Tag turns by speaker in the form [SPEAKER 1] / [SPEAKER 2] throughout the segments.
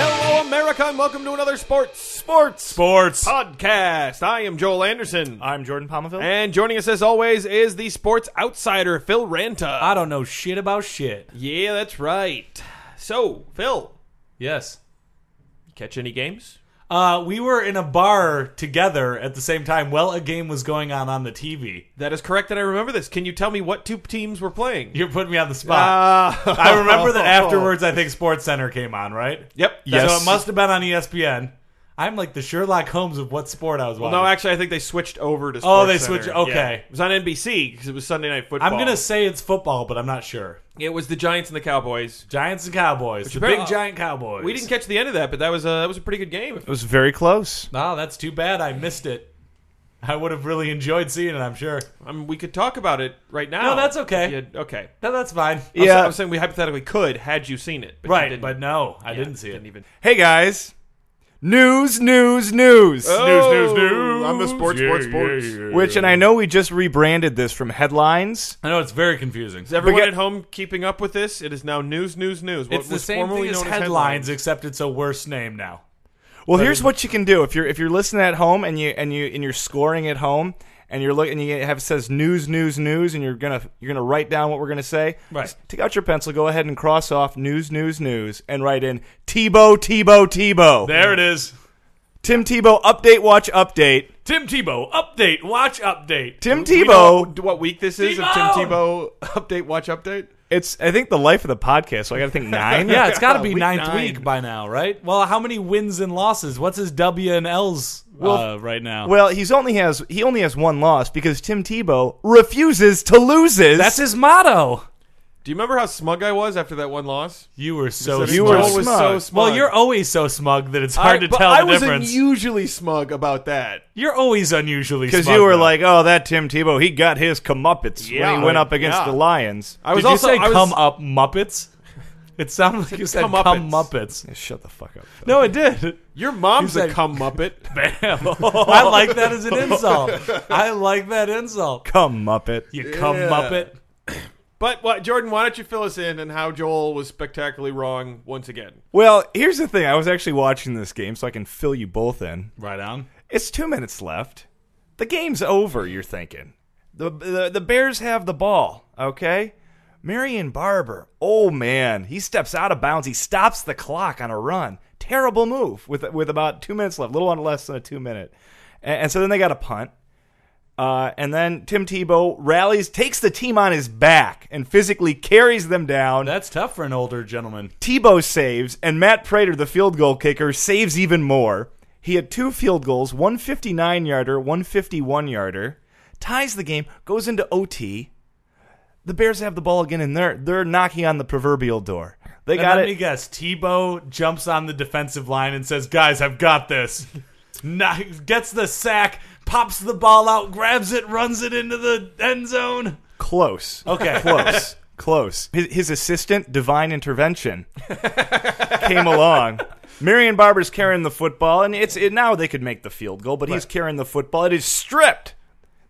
[SPEAKER 1] America, and welcome to another sports sports
[SPEAKER 2] Sports.
[SPEAKER 1] podcast. I am Joel Anderson,
[SPEAKER 2] I'm Jordan Palmaville.
[SPEAKER 1] and joining us as always is the sports outsider Phil Ranta.
[SPEAKER 2] I don't know shit about shit.
[SPEAKER 1] yeah, that's right. So, Phil,
[SPEAKER 2] Yes.
[SPEAKER 1] catch any games?
[SPEAKER 2] Uh, we were in a bar together at the same time while a game was going on on the TV.
[SPEAKER 1] That is correct, and I remember this. Can you tell me what two teams were playing? Uh,
[SPEAKER 2] You're putting me on the spot. I remember that afterwards, I think Sports Center came on, right?
[SPEAKER 1] Yep.
[SPEAKER 2] So it must have been on E ESPN. I'm like the Sherlock Holmes of what sport I was watching.
[SPEAKER 1] No, actually, I think they switched over to.
[SPEAKER 2] Oh, they
[SPEAKER 1] SportsCenter.
[SPEAKER 2] switched- okay.
[SPEAKER 1] Yeah. it was on NBC because it was Sunday Night Football.
[SPEAKER 2] I'm going to say it's football, but I'm not sure.
[SPEAKER 1] It was the Giants and the Cowboys.
[SPEAKER 2] Giants and Cowboys. The
[SPEAKER 1] apparently-
[SPEAKER 2] big giant Cowboys.
[SPEAKER 1] We didn't catch the end of that, but that was a that was a pretty good game.
[SPEAKER 3] It was very close.
[SPEAKER 2] No, that's too bad. I missed it. I would have really enjoyed seeing it, I'm sure.
[SPEAKER 1] I mean, we could talk about it right now.
[SPEAKER 2] No, that's okay.
[SPEAKER 1] If you had- okay.
[SPEAKER 2] No, that's fine.
[SPEAKER 1] I'm
[SPEAKER 3] Yeah.
[SPEAKER 1] sa- I'm saying we hypothetically could had you seen it, but you
[SPEAKER 2] Right,
[SPEAKER 1] didn't.
[SPEAKER 2] but no, I
[SPEAKER 1] Yeah,
[SPEAKER 2] didn't see it.
[SPEAKER 1] Didn't even.
[SPEAKER 3] Hey guys, news, news, news.
[SPEAKER 1] Oh,
[SPEAKER 3] I'm the sports, sports, sports. Which, and I know we just rebranded this from headlines.
[SPEAKER 2] I know it's very confusing.
[SPEAKER 1] Is everyone
[SPEAKER 3] Forget-
[SPEAKER 1] at home keeping up with this? It is now news, news, news. What
[SPEAKER 2] It's the
[SPEAKER 1] was
[SPEAKER 2] same
[SPEAKER 1] formerly
[SPEAKER 2] thing as
[SPEAKER 1] known
[SPEAKER 2] headlines,
[SPEAKER 1] headlines.
[SPEAKER 2] except it's a worse name now.
[SPEAKER 3] Well, here's what you can do if you're if you're listening at home and you and you and you're scoring at home and you're looking and you have it says news, news, news, and you're gonna you're gonna write down what we're gonna say.
[SPEAKER 2] Right.
[SPEAKER 3] Just take out your pencil, go ahead and cross off news, news, news, and write in Tebow, Tebow, Tebow.
[SPEAKER 2] There it is.
[SPEAKER 3] Tim Tebow update, watch update.
[SPEAKER 2] Tim Tebow update, watch update.
[SPEAKER 3] Tim
[SPEAKER 1] We
[SPEAKER 3] Tebow.
[SPEAKER 1] know what week this is of Tim
[SPEAKER 2] Tebow!
[SPEAKER 1] Tebow update, watch update.
[SPEAKER 3] It's I think the life of the podcast. So I got to think nine.
[SPEAKER 2] yeah, it's got to be
[SPEAKER 1] Week
[SPEAKER 2] ninth
[SPEAKER 1] nine.
[SPEAKER 2] week by now, right? Well, how many wins and losses? What's his W and L's uh, right now?
[SPEAKER 3] Well, he's only has he only has one loss because Tim Tebow refuses to lose.
[SPEAKER 2] That's his motto.
[SPEAKER 1] Do you remember how smug I was after that one loss?
[SPEAKER 2] You were so
[SPEAKER 1] Said
[SPEAKER 3] You
[SPEAKER 2] smug.
[SPEAKER 3] were
[SPEAKER 1] Joel was
[SPEAKER 3] smug.
[SPEAKER 1] so smug.
[SPEAKER 2] well, you're always so smug that it's
[SPEAKER 1] I,
[SPEAKER 2] hard to
[SPEAKER 1] but
[SPEAKER 2] tell
[SPEAKER 1] I
[SPEAKER 2] the
[SPEAKER 1] was
[SPEAKER 2] difference.
[SPEAKER 1] unusually smug about that.
[SPEAKER 2] You're always unusually smug.
[SPEAKER 3] because you were
[SPEAKER 2] though.
[SPEAKER 3] like, oh, that Tim Tebow, he got his comeuppance when
[SPEAKER 1] Yeah.
[SPEAKER 3] he went up against
[SPEAKER 1] Yeah.
[SPEAKER 3] the Lions.
[SPEAKER 1] I was
[SPEAKER 2] Did
[SPEAKER 1] also
[SPEAKER 2] you say
[SPEAKER 1] I was,
[SPEAKER 2] come up Muppets? It sounded like you said come
[SPEAKER 1] Come-uppets.
[SPEAKER 2] Muppets.
[SPEAKER 3] Shut the fuck up.
[SPEAKER 2] No, it did.
[SPEAKER 1] Your mom's
[SPEAKER 2] You
[SPEAKER 1] a
[SPEAKER 2] said-
[SPEAKER 1] cum muppet.
[SPEAKER 2] Bam. I like that as an insult. I like that insult.
[SPEAKER 3] Come Muppet.
[SPEAKER 2] You come
[SPEAKER 1] Yeah.
[SPEAKER 2] Muppet.
[SPEAKER 1] But what, Jordan, why don't you fill us in on how Joel was spectacularly wrong once again?
[SPEAKER 3] Well, here's the thing. I was actually watching this game, so I can fill you both in.
[SPEAKER 2] Right on.
[SPEAKER 3] It's two minutes left. The game's over. You're thinking the the, the Bears have the ball. Okay, Marion Barber. Oh man, he steps out of bounds. He stops the clock on a run. Terrible move with with about two minutes left, a little on less than a two minute. And, and so then they got a punt. Uh, and then Tim Tebow rallies, takes the team on his back, and physically carries them down.
[SPEAKER 2] That's tough for an older gentleman.
[SPEAKER 3] Tebow saves, and Matt Prater, the field goal kicker, saves even more. He had two field goals, one 59 yarder, one 51 yarder, ties the game, goes into OT. The Bears have the ball again, and they're, they're knocking on the proverbial door. They
[SPEAKER 2] And
[SPEAKER 3] got
[SPEAKER 2] let
[SPEAKER 3] it.
[SPEAKER 2] me guess. Tebow jumps on the defensive line and says, "Guys, I've got this." Kno- Gets the sack, pops the ball out, grabs it, runs it into the end zone.
[SPEAKER 3] Close.
[SPEAKER 2] Okay.
[SPEAKER 3] Close. Close. His, his assistant, Divine Intervention, came along. Marion Barber's carrying the football, and it's it, now they could make the field goal, but he's carrying the football. It is stripped.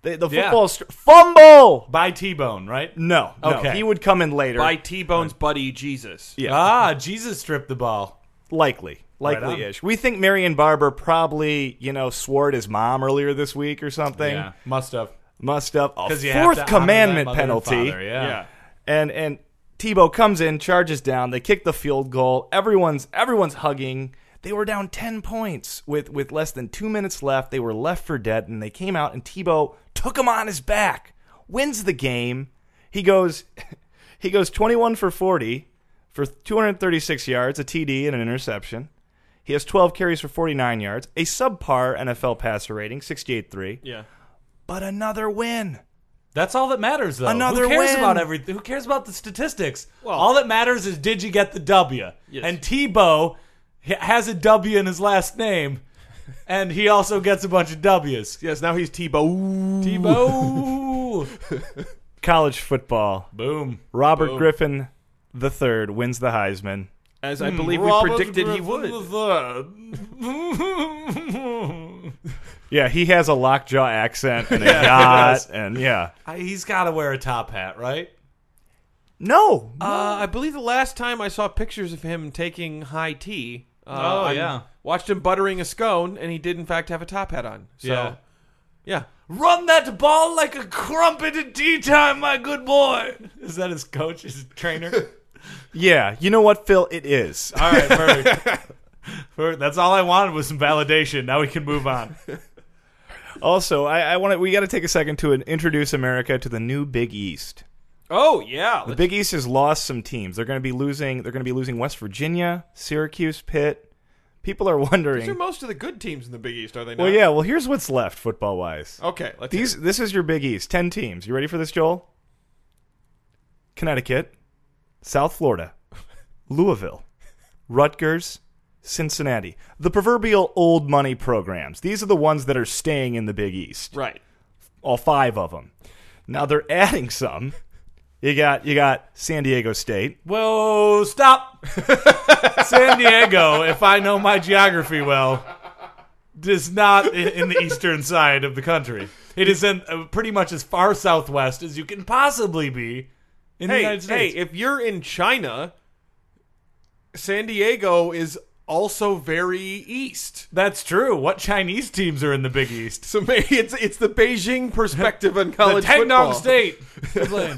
[SPEAKER 3] The, the
[SPEAKER 2] Yeah.
[SPEAKER 3] football stri- fumble.
[SPEAKER 2] By T-Bone, right?
[SPEAKER 3] No, no,
[SPEAKER 2] Okay.
[SPEAKER 3] he would come in later.
[SPEAKER 1] By T Bone's buddy Jesus.
[SPEAKER 3] Yeah.
[SPEAKER 2] Ah, Jesus stripped the ball.
[SPEAKER 3] likely,
[SPEAKER 2] Right on.
[SPEAKER 3] likely-ish. we think Marion Barber probably, you know, swore at his mom earlier this week or something.
[SPEAKER 2] must have.
[SPEAKER 3] Must up a
[SPEAKER 2] Because you have to
[SPEAKER 3] fourth
[SPEAKER 2] honor that
[SPEAKER 3] commandment
[SPEAKER 2] mother and
[SPEAKER 3] penalty.
[SPEAKER 2] father, yeah.
[SPEAKER 1] Yeah.
[SPEAKER 3] and and Tebow comes in, charges down. They kick the field goal. Everyone's everyone's hugging. They were down ten points with with less than two minutes left. They were left for dead, and they came out and Tebow took him on his back, wins the game. He goes, he goes twenty one for forty, for two hundred thirty six yards, a TD and an interception. He has 12 carries for 49 yards, a subpar NFL passer rating, 68.3,
[SPEAKER 1] Yeah.
[SPEAKER 3] but another win.
[SPEAKER 2] That's all that matters, though.
[SPEAKER 3] Another
[SPEAKER 2] who cares
[SPEAKER 3] win.
[SPEAKER 2] about everything? Who cares about the statistics?
[SPEAKER 1] Well-
[SPEAKER 2] all that matters is did you get the W?
[SPEAKER 1] Yes.
[SPEAKER 2] And Tebow h- has a W in his last name, and he also gets a bunch of Ws.
[SPEAKER 1] Yes, now he's T Bone.
[SPEAKER 2] Tebow,
[SPEAKER 3] College football.
[SPEAKER 2] boom.
[SPEAKER 3] Robert Griffin the third wins the Heisman.
[SPEAKER 1] As I believe we
[SPEAKER 2] Robert
[SPEAKER 1] predicted he
[SPEAKER 2] Griffin
[SPEAKER 1] would.
[SPEAKER 2] the third.
[SPEAKER 3] Yeah, he has a lockjaw accent and a yacht, and yeah.
[SPEAKER 2] I- He's got to wear a top hat, right?
[SPEAKER 3] No,
[SPEAKER 1] Uh, I believe the last time I saw pictures of him taking high tea, Uh,
[SPEAKER 2] Oh,
[SPEAKER 1] I
[SPEAKER 2] yeah.
[SPEAKER 1] watched him buttering a scone, and he did in fact have a top hat on. So,
[SPEAKER 2] Yeah.
[SPEAKER 1] yeah.
[SPEAKER 2] Run that ball like a crumpet at tea time, my good boy. Is that his coach? His trainer?
[SPEAKER 3] Yeah, you know what, Phil? It is.
[SPEAKER 2] all right, perfect. perfect. That's all I wanted was some validation. Now we can move on.
[SPEAKER 3] also, I, I want to. We got to take a second to introduce America to the new Big East.
[SPEAKER 1] Oh yeah.
[SPEAKER 3] The Big East has lost some teams. They're going to be losing. They're going to be losing West Virginia, Syracuse, Pitt. People are
[SPEAKER 1] These are
[SPEAKER 3] wondering.
[SPEAKER 1] most of the good teams in the Big East, are they not?
[SPEAKER 3] Well, yeah. Well, here's what's left football wise.
[SPEAKER 1] Okay, let's hear
[SPEAKER 3] These. This is your Big East. Ten teams. You ready for this, Joel? Connecticut, South Florida, Louisville, Rutgers, Cincinnati. The proverbial old money programs. These are the ones that are staying in the Big East.
[SPEAKER 1] it. right.
[SPEAKER 3] all five of them. Now they're adding some. You got you got San Diego State.
[SPEAKER 2] Whoa, stop. San Diego, if I know my geography well, is not i- in the eastern side of the country. It is in uh, pretty much as far southwest as you can possibly be in the
[SPEAKER 1] Hey,
[SPEAKER 2] United
[SPEAKER 1] hey,
[SPEAKER 2] States.
[SPEAKER 1] if you're in China, San Diego is also very east.
[SPEAKER 2] That's true. What Chinese teams are in the Big East?
[SPEAKER 1] So maybe it's it's the Beijing perspective on
[SPEAKER 2] The
[SPEAKER 1] college football.
[SPEAKER 2] Tangdong State. is playing.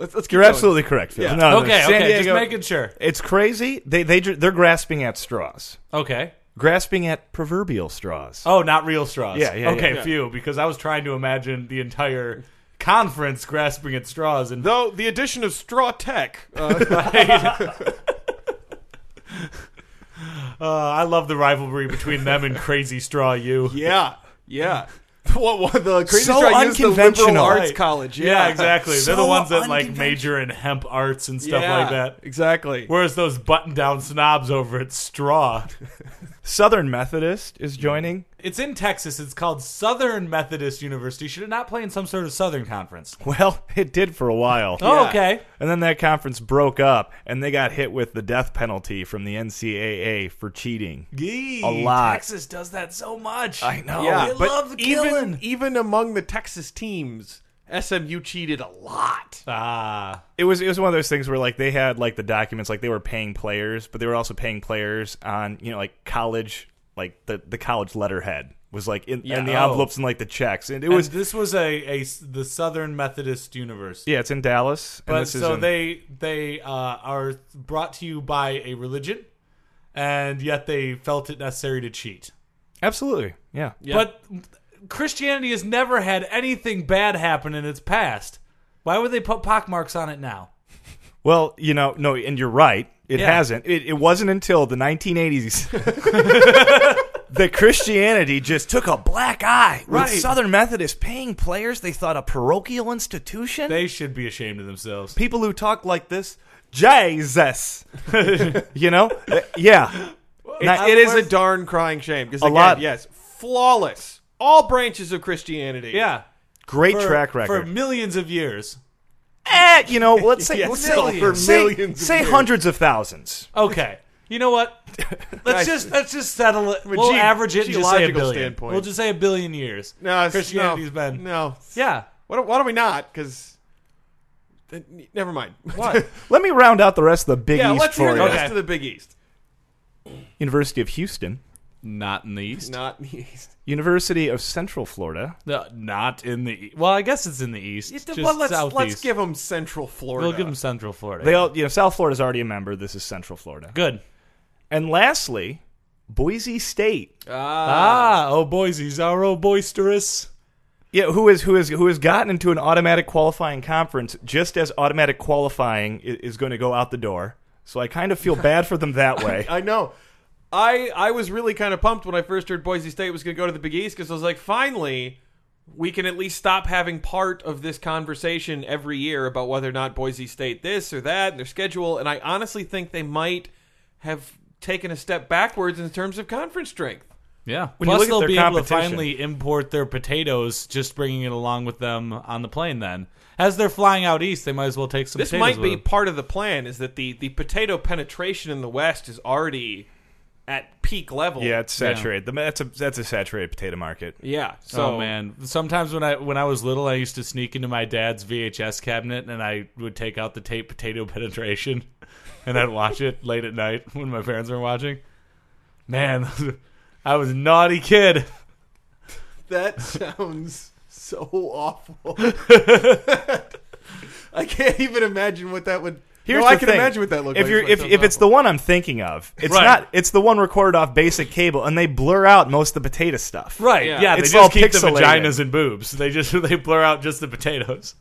[SPEAKER 1] Let's, let's keep
[SPEAKER 3] You're
[SPEAKER 1] going.
[SPEAKER 3] absolutely correct, Phil.
[SPEAKER 1] Yeah.
[SPEAKER 3] No, no,
[SPEAKER 2] Okay,
[SPEAKER 3] San
[SPEAKER 2] okay,
[SPEAKER 3] Diego-
[SPEAKER 2] just making sure.
[SPEAKER 3] it's crazy. They they ju- they're grasping at straws,
[SPEAKER 2] Okay.
[SPEAKER 3] grasping at proverbial straws.
[SPEAKER 2] Oh, not real straws.
[SPEAKER 3] Yeah, yeah,
[SPEAKER 2] Okay,
[SPEAKER 1] yeah.
[SPEAKER 2] few, because I was trying to imagine the entire conference grasping at straws and
[SPEAKER 1] Though the addition of Straw Tech, uh,
[SPEAKER 2] Uh, I love the rivalry between them and Crazy Straw U.
[SPEAKER 1] yeah, yeah. What, what the crazy
[SPEAKER 3] So
[SPEAKER 1] straw used the liberal
[SPEAKER 3] unconventional.
[SPEAKER 1] arts
[SPEAKER 2] Right.
[SPEAKER 1] college?
[SPEAKER 2] Yeah,
[SPEAKER 1] Yeah,
[SPEAKER 2] exactly. They're the
[SPEAKER 3] So
[SPEAKER 2] ones that like
[SPEAKER 3] unconventional.
[SPEAKER 2] major in hemp arts and stuff
[SPEAKER 1] Yeah,
[SPEAKER 2] like that.
[SPEAKER 1] Exactly.
[SPEAKER 2] Whereas those button-down snobs over at Straw,
[SPEAKER 3] Southern Methodist is joining.
[SPEAKER 2] it's in Texas. It's called Southern Methodist University. Should it not play in some sort of Southern Conference?
[SPEAKER 3] Well, it did for a while.
[SPEAKER 2] Oh,
[SPEAKER 1] Yeah.
[SPEAKER 2] okay.
[SPEAKER 3] And then that conference broke up, and they got hit with the death penalty from the NCAA for cheating.
[SPEAKER 2] Gee,
[SPEAKER 3] A lot.
[SPEAKER 2] Texas does that so much.
[SPEAKER 3] I know.
[SPEAKER 1] yeah,
[SPEAKER 2] They
[SPEAKER 1] but
[SPEAKER 2] love
[SPEAKER 1] even
[SPEAKER 2] killing.
[SPEAKER 1] even among the Texas teams, SMU cheated a lot.
[SPEAKER 2] Ah,
[SPEAKER 3] it was it was one of those things where like they had like the documents like they were paying players, but they were also paying players on you know like college like the the college letterhead was like in
[SPEAKER 2] Yeah,
[SPEAKER 3] and the
[SPEAKER 2] oh.
[SPEAKER 3] envelopes and like the checks and it
[SPEAKER 2] And
[SPEAKER 3] was
[SPEAKER 2] this was a, a s- the Southern Methodist University.
[SPEAKER 3] yeah it's in Dallas and
[SPEAKER 2] But
[SPEAKER 3] this is
[SPEAKER 2] so
[SPEAKER 3] in-
[SPEAKER 2] they they uh, are brought to you by a religion, and yet they felt it necessary to cheat.
[SPEAKER 3] absolutely yeah.
[SPEAKER 2] But Christianity has never had anything bad happen in its past. Why would they put pockmarks on it now?
[SPEAKER 3] well you know no and you're right it
[SPEAKER 2] Yeah.
[SPEAKER 3] hasn't it, it wasn't until the 1980s that Christianity just took a black eye
[SPEAKER 2] Right.
[SPEAKER 3] with Southern Methodists paying players they thought a parochial institution
[SPEAKER 2] They should be ashamed of themselves.
[SPEAKER 3] people who talk like this, Jesus. you know? Uh, Yeah. Now,
[SPEAKER 1] it is a darn crying shame because again,
[SPEAKER 3] lot.
[SPEAKER 1] yes, flawless, all branches of Christianity.
[SPEAKER 2] Yeah,
[SPEAKER 3] great
[SPEAKER 2] for-
[SPEAKER 3] track
[SPEAKER 2] for
[SPEAKER 3] record.
[SPEAKER 2] millions of years.
[SPEAKER 3] Eh, you know, let's say
[SPEAKER 1] Yes,
[SPEAKER 3] let's
[SPEAKER 1] so
[SPEAKER 3] say,
[SPEAKER 1] for
[SPEAKER 3] say-
[SPEAKER 1] millions of
[SPEAKER 3] say
[SPEAKER 1] years.
[SPEAKER 3] hundreds of thousands.
[SPEAKER 2] Okay. You know what? Let's
[SPEAKER 1] Nice.
[SPEAKER 2] just let's just settle it.
[SPEAKER 1] a
[SPEAKER 2] We'll
[SPEAKER 1] ge-
[SPEAKER 2] average it. and Just say a
[SPEAKER 1] geological
[SPEAKER 2] billion.
[SPEAKER 1] standpoint.
[SPEAKER 2] We'll just say a billion years.
[SPEAKER 1] no, it's-
[SPEAKER 2] Christianity's
[SPEAKER 1] no,
[SPEAKER 2] been.
[SPEAKER 1] no.
[SPEAKER 2] Yeah.
[SPEAKER 1] Why don't, why don't we not? Because never mind.
[SPEAKER 2] What?
[SPEAKER 3] Let me round out the rest of the Big
[SPEAKER 1] yeah,
[SPEAKER 3] East
[SPEAKER 1] let's
[SPEAKER 3] for
[SPEAKER 1] hear the
[SPEAKER 3] you.
[SPEAKER 2] Okay.
[SPEAKER 1] rest of the Big East,
[SPEAKER 3] University of Houston,
[SPEAKER 2] Not in the east.
[SPEAKER 1] not the East.
[SPEAKER 3] University of Central Florida.
[SPEAKER 2] No, not in the. e- Well, I guess it's in the east. Just
[SPEAKER 1] well, let's
[SPEAKER 2] southeast.
[SPEAKER 1] let's give them Central Florida.
[SPEAKER 2] We'll give them Central Florida.
[SPEAKER 3] They all, you know, South Florida's already a member. This is Central Florida.
[SPEAKER 2] Good.
[SPEAKER 3] And lastly, Boise State.
[SPEAKER 2] Ah, oh Boise's our oh boisterous.
[SPEAKER 3] Yeah, who is who is who has gotten into an automatic qualifying conference just as automatic qualifying i- is going to go out the door. So I kind of feel bad for them that way.
[SPEAKER 1] I know. I I was really kind of pumped when I first heard Boise State was going to go to the Big East because I was like, finally, we can at least stop having part of this conversation every year about whether or not Boise State this or that and their schedule. And I honestly think they might have taken a step backwards in terms of conference strength.
[SPEAKER 2] Yeah.
[SPEAKER 3] When you
[SPEAKER 2] Plus,
[SPEAKER 3] look at
[SPEAKER 2] they'll
[SPEAKER 3] their
[SPEAKER 2] be able to
[SPEAKER 3] competition-
[SPEAKER 2] finally import their potatoes, just bringing it along with them on the plane. Then, as they're flying out east, they might as well take some.
[SPEAKER 1] This
[SPEAKER 2] potatoes
[SPEAKER 1] might
[SPEAKER 2] with
[SPEAKER 1] be
[SPEAKER 2] them.
[SPEAKER 1] part of the plan is that the the potato penetration in the West is already at peak level.
[SPEAKER 3] Yeah, it's saturated. The- That's a that's a saturated potato market.
[SPEAKER 1] Yeah. So
[SPEAKER 2] oh man! Sometimes when I when I was little, I used to sneak into my dad's VHS cabinet and I would take out the tape "Potato Penetration," and I'd watch it late at night when my parents were watching. Man, I was a naughty kid.
[SPEAKER 4] That sounds so awful. I can't even imagine what that would.
[SPEAKER 3] Here's
[SPEAKER 4] no,
[SPEAKER 3] the
[SPEAKER 4] I can
[SPEAKER 3] thing.
[SPEAKER 4] imagine what that looked
[SPEAKER 3] if
[SPEAKER 4] like.
[SPEAKER 3] You're,
[SPEAKER 4] It
[SPEAKER 3] if
[SPEAKER 4] sounds
[SPEAKER 3] if it's
[SPEAKER 4] awful.
[SPEAKER 3] the one I'm thinking of, it's
[SPEAKER 2] Right.
[SPEAKER 3] not. It's the one recorded off basic cable, and they blur out most of the potato stuff.
[SPEAKER 2] Right.
[SPEAKER 1] Yeah.
[SPEAKER 2] Yeah, they
[SPEAKER 3] It's all
[SPEAKER 2] just keep
[SPEAKER 3] pixelated.
[SPEAKER 2] the vaginas and boobs. They just they blur out just the potatoes.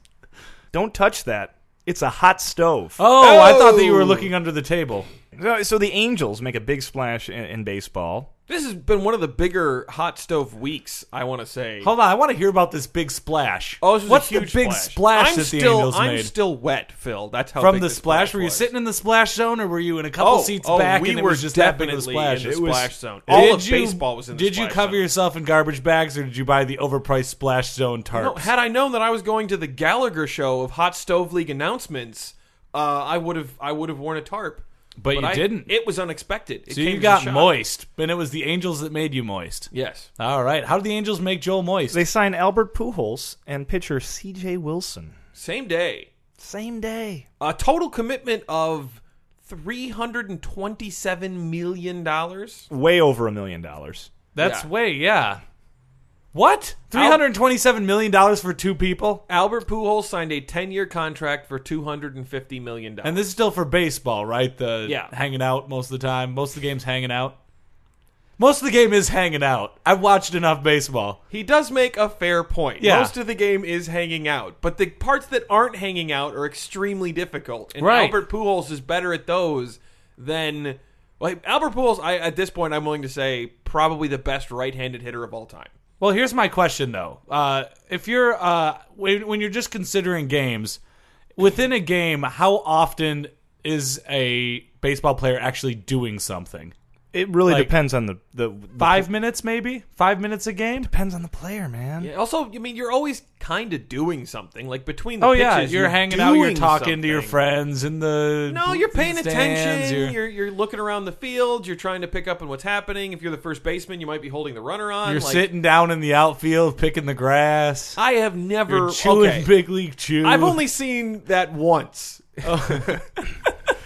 [SPEAKER 3] Don't touch that. It's a hot stove.
[SPEAKER 2] Oh, I thought that you were
[SPEAKER 4] Oh.
[SPEAKER 2] looking under the table.
[SPEAKER 3] So- So the Angels make a big splash in, in baseball.
[SPEAKER 1] This has been one of the bigger hot stove weeks, I want to say.
[SPEAKER 2] Hold on, I want to hear about this big splash.
[SPEAKER 1] Oh, this was
[SPEAKER 2] What's
[SPEAKER 1] a huge
[SPEAKER 2] the big splash,
[SPEAKER 1] I'm
[SPEAKER 2] that the
[SPEAKER 1] still,
[SPEAKER 2] Angels
[SPEAKER 1] I'm
[SPEAKER 2] made?
[SPEAKER 1] still wet, Phil. That's how
[SPEAKER 2] From
[SPEAKER 1] big
[SPEAKER 2] the
[SPEAKER 1] this
[SPEAKER 2] splash, were you
[SPEAKER 1] was.
[SPEAKER 2] sitting in the splash zone, or were you in a couple
[SPEAKER 1] Oh,
[SPEAKER 2] seats
[SPEAKER 1] oh,
[SPEAKER 2] back?
[SPEAKER 1] we
[SPEAKER 2] and it
[SPEAKER 1] were
[SPEAKER 2] was just that big of a
[SPEAKER 1] definitely
[SPEAKER 2] splash.
[SPEAKER 1] in the
[SPEAKER 2] It was-
[SPEAKER 1] splash zone. All
[SPEAKER 2] Did
[SPEAKER 1] of
[SPEAKER 2] you-
[SPEAKER 1] baseball was in the
[SPEAKER 2] Did you
[SPEAKER 1] splash
[SPEAKER 2] cover
[SPEAKER 1] zone.
[SPEAKER 2] yourself in garbage bags, or did you buy the overpriced splash zone tarps?
[SPEAKER 1] No, had I known that I was going to the Gallagher show of Hot Stove League announcements, uh, I would have I would have worn a tarp.
[SPEAKER 2] But you
[SPEAKER 1] I-
[SPEAKER 2] didn't.
[SPEAKER 1] It was unexpected. It
[SPEAKER 2] so
[SPEAKER 1] came
[SPEAKER 2] you
[SPEAKER 1] as a
[SPEAKER 2] got
[SPEAKER 1] shock.
[SPEAKER 2] moist, and it was the Angels that made you moist.
[SPEAKER 1] Yes.
[SPEAKER 2] All right, how did the Angels make Joel moist?
[SPEAKER 3] They sign Albert Pujols and pitcher C.J. Wilson.
[SPEAKER 1] Same day.
[SPEAKER 3] Same day.
[SPEAKER 1] A total commitment of three hundred and twenty-seven million dollars.
[SPEAKER 3] Way over a million dollars.
[SPEAKER 2] That's
[SPEAKER 1] Yeah.
[SPEAKER 2] way, yeah. What? Three hundred twenty-seven million dollars for two people,
[SPEAKER 1] Albert Pujols signed a ten-year contract for two hundred and fifty million dollars.
[SPEAKER 2] and this is still for baseball, right? The
[SPEAKER 1] Yeah.
[SPEAKER 2] hanging out most of the time. Most of the game's hanging out. Most of the game is hanging out. I've watched enough baseball.
[SPEAKER 1] He does make a fair point.
[SPEAKER 2] Yeah.
[SPEAKER 1] Most of the game is hanging out, but the parts that aren't hanging out are extremely difficult. And
[SPEAKER 2] Right.
[SPEAKER 1] Albert Pujols is better at those than like Albert Pujols. I at this point I'm willing to say probably the best right-handed hitter of all time.
[SPEAKER 2] Well, here's my question though. Uh, if you're uh, when, when you're just considering games within a game, how often is a baseball player actually doing something?
[SPEAKER 3] It really
[SPEAKER 2] Like-
[SPEAKER 3] depends on the the, the
[SPEAKER 2] Five minutes, maybe five minutes a game.
[SPEAKER 3] depends on the player, man.
[SPEAKER 1] Yeah, Also, I mean, you're always kind of doing something like between the
[SPEAKER 2] Oh
[SPEAKER 1] pitches.
[SPEAKER 2] yeah, you're, hanging out, you're
[SPEAKER 1] doing
[SPEAKER 2] talking to your
[SPEAKER 1] something.
[SPEAKER 2] friends in the
[SPEAKER 1] No, you're paying
[SPEAKER 2] stands,
[SPEAKER 1] attention.
[SPEAKER 2] You're
[SPEAKER 1] You're... you're looking around the field. You're trying to pick up on what's happening. If you're the first baseman, you might be holding the runner on.
[SPEAKER 2] you're
[SPEAKER 1] like,
[SPEAKER 2] sitting down in the outfield picking the grass.
[SPEAKER 1] I have never
[SPEAKER 2] You're chewing
[SPEAKER 1] okay.
[SPEAKER 2] big league chew.
[SPEAKER 1] I've only seen that once. Oh.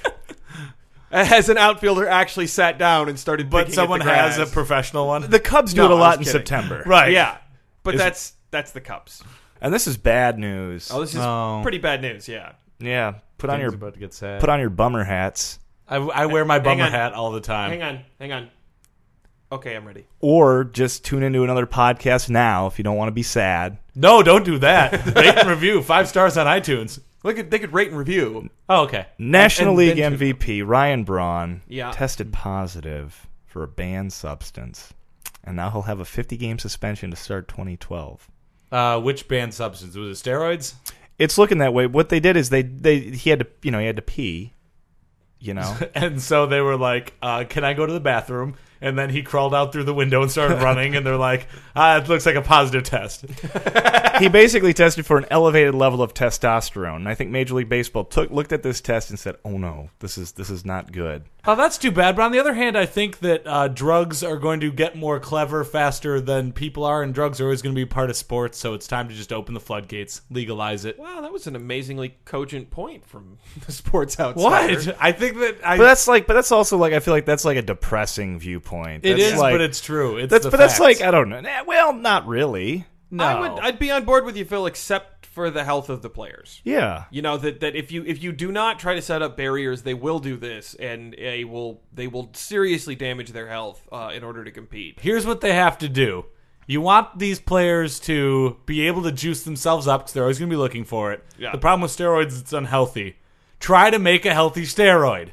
[SPEAKER 1] As an outfielder actually sat down and started,
[SPEAKER 2] but
[SPEAKER 1] picking at
[SPEAKER 2] someone
[SPEAKER 1] the
[SPEAKER 2] has a
[SPEAKER 1] grass.
[SPEAKER 2] professional one.
[SPEAKER 3] The Cubs do
[SPEAKER 1] No,
[SPEAKER 3] it a
[SPEAKER 1] I
[SPEAKER 3] lot in
[SPEAKER 1] was kidding.
[SPEAKER 3] September.
[SPEAKER 2] right.
[SPEAKER 1] yeah, but
[SPEAKER 3] Is-
[SPEAKER 1] that's that's the Cubs.
[SPEAKER 3] And this is bad news.
[SPEAKER 1] Oh, this is
[SPEAKER 2] No.
[SPEAKER 1] pretty bad news. Yeah,
[SPEAKER 3] yeah. Put on
[SPEAKER 2] Things
[SPEAKER 3] your
[SPEAKER 2] about to get sad.
[SPEAKER 3] put on your bummer hats
[SPEAKER 2] I, I wear my bummer
[SPEAKER 1] on.
[SPEAKER 2] hat all the time.
[SPEAKER 1] hang on, hang on. Okay, I'm ready.
[SPEAKER 3] or just tune into another podcast now if you don't want to be sad.
[SPEAKER 2] No, don't do that. Rate and review five stars on iTunes.
[SPEAKER 1] Look, at, they could rate and review.
[SPEAKER 2] Oh, okay.
[SPEAKER 3] National
[SPEAKER 1] and
[SPEAKER 3] League
[SPEAKER 1] then tune
[SPEAKER 3] MVP Ryan Braun
[SPEAKER 1] Yeah.
[SPEAKER 3] tested positive for a banned substance, and now he'll have a 50-game suspension to start 2012.
[SPEAKER 2] Uh, which banned substance was it? Steroids?
[SPEAKER 3] It's looking that way. What they did is they they he had to you know he had to pee, you know.
[SPEAKER 2] And so they were like, uh, "Can I go to the bathroom?" And then he crawled out through the window and started running. and they're like, "Ah, it looks like a positive test."
[SPEAKER 3] he basically tested for an elevated level of testosterone. And I think Major League Baseball took looked at this test and said, "Oh no, this is this is not good."
[SPEAKER 2] Oh, that's too bad. But on the other hand, I think that uh, drugs are going to get more clever faster than people are, and drugs are always going to be part of sports. So it's time to just open the floodgates, legalize it.
[SPEAKER 1] Wow, that was an amazingly cogent point from the sports outsider.
[SPEAKER 2] What? I think that I,
[SPEAKER 3] But that's like, but that's also like, I feel like that's like a depressing viewpoint.
[SPEAKER 2] it
[SPEAKER 3] That's
[SPEAKER 2] is,
[SPEAKER 3] like-
[SPEAKER 2] but it's true. It's
[SPEAKER 3] that's
[SPEAKER 2] the
[SPEAKER 3] but that's
[SPEAKER 2] facts.
[SPEAKER 3] like I don't know. Nah, well, not really.
[SPEAKER 2] no.
[SPEAKER 1] I would. I'd be on board with you, Phil, except for the health of the players.
[SPEAKER 3] Yeah,
[SPEAKER 1] you know that, that if you if you do not try to set up barriers they will do this and they will they will seriously damage their health uh, in order to compete
[SPEAKER 2] here's what they have to do. You want these players to be able to juice themselves up because they're always going to be looking for it.
[SPEAKER 1] Yeah.
[SPEAKER 2] The problem with steroids is it's unhealthy. Try to make a healthy steroid.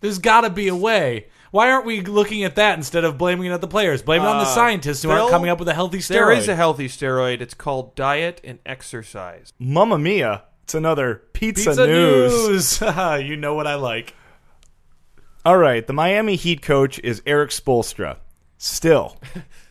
[SPEAKER 2] There's got to be a way. Why aren't we looking at that instead of blaming it at the players? Blame it on the scientists who aren't
[SPEAKER 1] Phil,
[SPEAKER 2] coming up with a healthy steroid.
[SPEAKER 1] there is a healthy steroid it's called diet and exercise
[SPEAKER 3] Mamma Mia! It's another pizza,
[SPEAKER 2] Pizza
[SPEAKER 3] news.
[SPEAKER 2] news. you know what I like.
[SPEAKER 3] All right, the Miami Heat coach is Eric Spolstra. Still,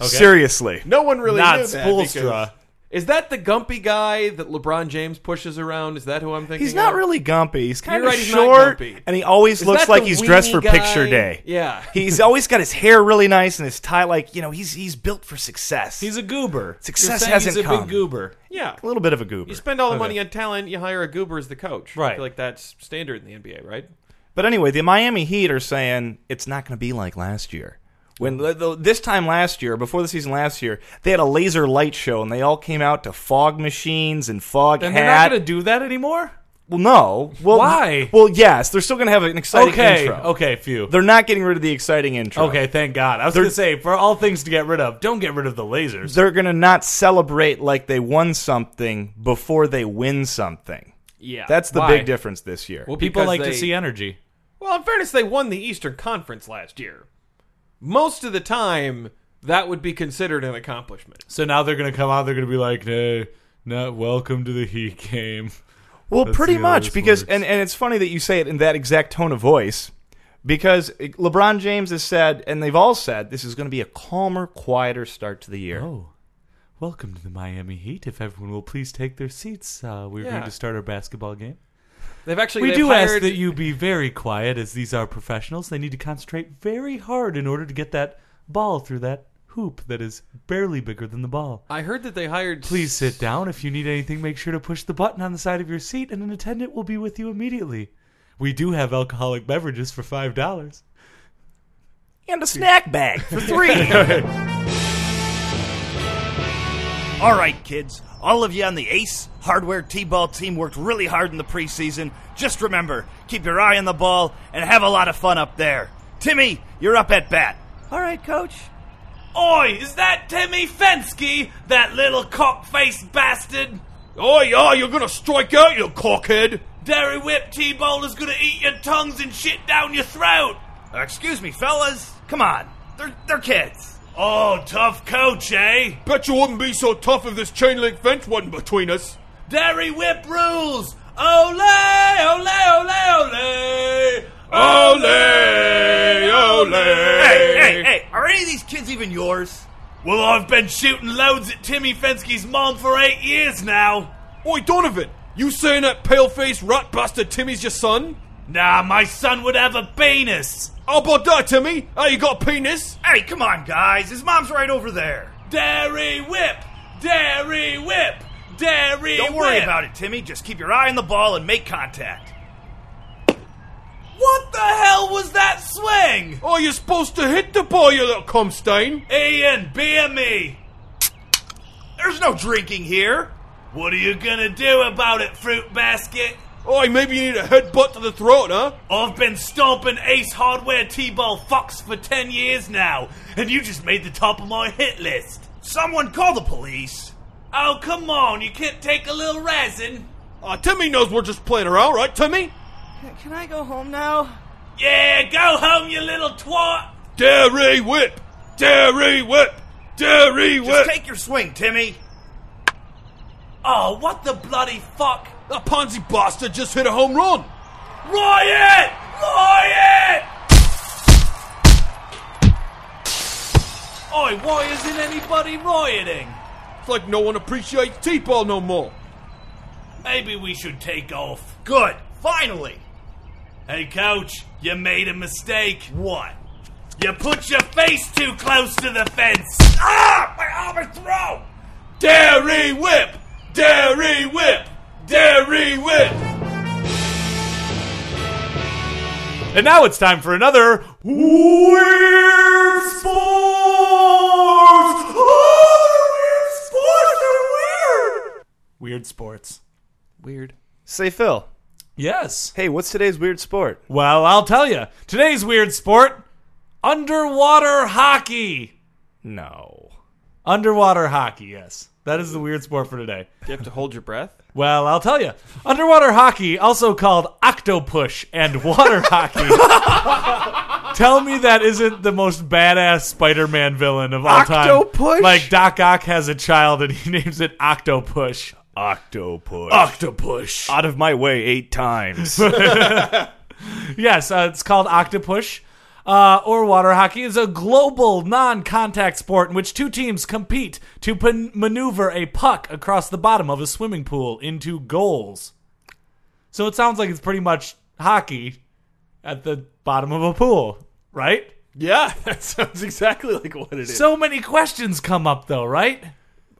[SPEAKER 3] seriously,
[SPEAKER 1] no one really
[SPEAKER 2] Not
[SPEAKER 1] knew that because-
[SPEAKER 2] Spoelstra.
[SPEAKER 1] is that the gumpy guy that lebron james pushes around is that who i'm thinking
[SPEAKER 3] he's not
[SPEAKER 1] of?
[SPEAKER 3] really gumpy. He's kind
[SPEAKER 1] You're
[SPEAKER 3] of
[SPEAKER 1] right, he's not
[SPEAKER 3] short,
[SPEAKER 1] gumpy.
[SPEAKER 3] and he always
[SPEAKER 1] Is
[SPEAKER 3] looks
[SPEAKER 1] that
[SPEAKER 3] like
[SPEAKER 1] the
[SPEAKER 3] he's dressed
[SPEAKER 1] weenie
[SPEAKER 3] for
[SPEAKER 1] guy?
[SPEAKER 3] picture day.
[SPEAKER 1] yeah
[SPEAKER 3] He's always got his hair really nice and his tie like you know he's he's built for success.
[SPEAKER 2] He's
[SPEAKER 3] a,
[SPEAKER 2] a goober.
[SPEAKER 3] Success
[SPEAKER 2] You're saying
[SPEAKER 3] hasn't
[SPEAKER 2] he's a
[SPEAKER 3] come.
[SPEAKER 2] big goober.
[SPEAKER 1] yeah
[SPEAKER 3] little bit of a goober.
[SPEAKER 1] you spend all the money on talent you hire a goober as the coach I
[SPEAKER 2] Right.
[SPEAKER 1] feel like that's standard in the nba right
[SPEAKER 3] but anyway, the Miami Heat are saying it's not going to be like last year.
[SPEAKER 5] When the- the- this time last year, before the season last year, they had a laser light show and they all came out to fog machines and fog
[SPEAKER 2] And they're not
[SPEAKER 5] hat.
[SPEAKER 2] going to do that anymore?
[SPEAKER 5] well, no. Well,
[SPEAKER 2] Why?
[SPEAKER 5] Well, yes, they're still going to have an exciting
[SPEAKER 2] Okay.
[SPEAKER 5] intro.
[SPEAKER 2] Okay, phew.
[SPEAKER 5] They're not getting rid of the exciting intro.
[SPEAKER 2] okay, thank God. I was going to say, for all things to get rid of, don't get rid of the lasers.
[SPEAKER 5] They're going to not celebrate like they won something before they win something.
[SPEAKER 1] Yeah,
[SPEAKER 5] That's the
[SPEAKER 2] Why?
[SPEAKER 5] big difference this year.
[SPEAKER 1] Well,
[SPEAKER 2] People
[SPEAKER 1] because
[SPEAKER 2] like
[SPEAKER 1] they-
[SPEAKER 2] to see energy.
[SPEAKER 1] Well, in fairness, they won the Eastern Conference last year. Most of the time, that would be considered an accomplishment.
[SPEAKER 2] So now they're going to come out, they're going to be like, no, not welcome to the Heat game.
[SPEAKER 5] Well,
[SPEAKER 2] Let's
[SPEAKER 5] pretty
[SPEAKER 2] see how
[SPEAKER 5] much
[SPEAKER 2] this
[SPEAKER 5] because
[SPEAKER 2] works.
[SPEAKER 5] and, and it's funny that you say it in that exact tone of voice because LeBron James has said and they've all said this is going to be a calmer, quieter start to the year.
[SPEAKER 2] Oh, welcome to the Miami Heat. If everyone will please take their seats, uh, we're
[SPEAKER 1] Yeah.
[SPEAKER 2] going to start our basketball game.
[SPEAKER 1] They've actually
[SPEAKER 2] We
[SPEAKER 1] they've
[SPEAKER 2] do ask
[SPEAKER 1] hired-
[SPEAKER 2] that you be very quiet, as these are professionals. They need to concentrate very hard in order to get that ball through that hoop that is barely bigger than the ball.
[SPEAKER 1] I heard that they hired.
[SPEAKER 2] Please sit down. If you need anything, make sure to push the button on the side of your seat, and an attendant will be with you immediately. We do have alcoholic beverages for five dollars.
[SPEAKER 5] And a snack bag for three.
[SPEAKER 6] All right, kids. All of you on the Ace Hardware T-ball team worked really hard in the preseason. Just remember, keep your eye on the ball and have a lot of fun up there. Timmy, you're up at bat. All right, coach.
[SPEAKER 3] Oi, is that Timmy Fensky, that little cock-faced bastard? Oi, oi, you're gonna strike out, you cockhead! Dairy Whip T-Bowler's gonna eat your tongues and shit down your throat!
[SPEAKER 6] Uh, excuse me, fellas. Come on. They're they're kids.
[SPEAKER 3] Oh, tough coach, eh? Bet you wouldn't be so tough if this chain link fence wasn't between us. Dairy Whip rules! Ole, ole, ole, ole! Ole, ole!
[SPEAKER 6] Hey, hey, hey. Are any of these kids even yours?
[SPEAKER 3] Well, I've been shooting loads at Timmy Fensky's mom for eight years now. Oi, Donovan, you saying that pale-faced rat bastard Timmy's your son? Nah, my son would have a penis. How about that, Timmy? Hey, you got a penis?
[SPEAKER 6] Hey, come on, guys. His mom's right over there.
[SPEAKER 3] Dairy Whip! Dairy Whip! Dairy
[SPEAKER 6] Don't
[SPEAKER 3] Whip!
[SPEAKER 6] worry about it, Timmy. Just keep your eye on the ball and make contact.
[SPEAKER 3] What the hell was that swing? Oh, you're supposed to hit the ball, you little cumstein. Ian, beer me.
[SPEAKER 6] There's no drinking here.
[SPEAKER 3] What are you gonna do about it, fruit basket? Oh, maybe you need a headbutt to the throat, huh? I've been stomping Ace Hardware T-ball fucks for ten years now, and you just made the top of my hit list.
[SPEAKER 6] Someone call the police.
[SPEAKER 3] Oh, come on, you can't take a little resin. Oh, Timmy knows we're just playing around, right, Timmy?
[SPEAKER 7] Can I go home now?
[SPEAKER 3] Yeah, go home, you little twat. Dairy whip, dairy whip, dairy whip.
[SPEAKER 6] Just take your swing, Timmy.
[SPEAKER 3] Oh, what the bloody fuck? That Ponzi bastard just hit a home run. Riot! Riot! Oi, why isn't anybody rioting? It's like no one appreciates T-ball no more. Maybe we should take off.
[SPEAKER 6] Good. Finally.
[SPEAKER 3] Hey, coach, you made a mistake. What? You put your face too close to the fence. Ah! My arm and throat! Dairy whip! Dairy whip! Dairy whip!
[SPEAKER 2] And now it's time for another Weird Sports! Oh, the weird sports are weird! Weird
[SPEAKER 1] Weird.
[SPEAKER 2] sports.
[SPEAKER 5] Say, Phil.
[SPEAKER 2] Yes.
[SPEAKER 5] Hey, what's today's weird sport?
[SPEAKER 2] Well, I'll tell you. Today's weird sport underwater hockey.
[SPEAKER 5] No.
[SPEAKER 2] Underwater hockey, yes. That is the weird sport for today.
[SPEAKER 1] You have to hold your breath.
[SPEAKER 2] Well, I'll tell you. Underwater hockey, also called octopush and water hockey. tell me that isn't the most badass Spider-Man villain of all time.
[SPEAKER 1] Octopush?
[SPEAKER 2] Like Doc Ock has a child and he names it Octopush.
[SPEAKER 5] Octopus.
[SPEAKER 2] Octopush.
[SPEAKER 5] Out of my way eight times.
[SPEAKER 2] Yes, uh, it's called Octopush. Uh, or water hockey is a global non-contact sport in which two teams compete to pan- maneuver a puck across the bottom of a swimming pool into goals. So it sounds like it's pretty much hockey at the bottom of a pool, right?
[SPEAKER 1] Yeah, that sounds exactly like what it is.
[SPEAKER 2] So many questions come up though, right?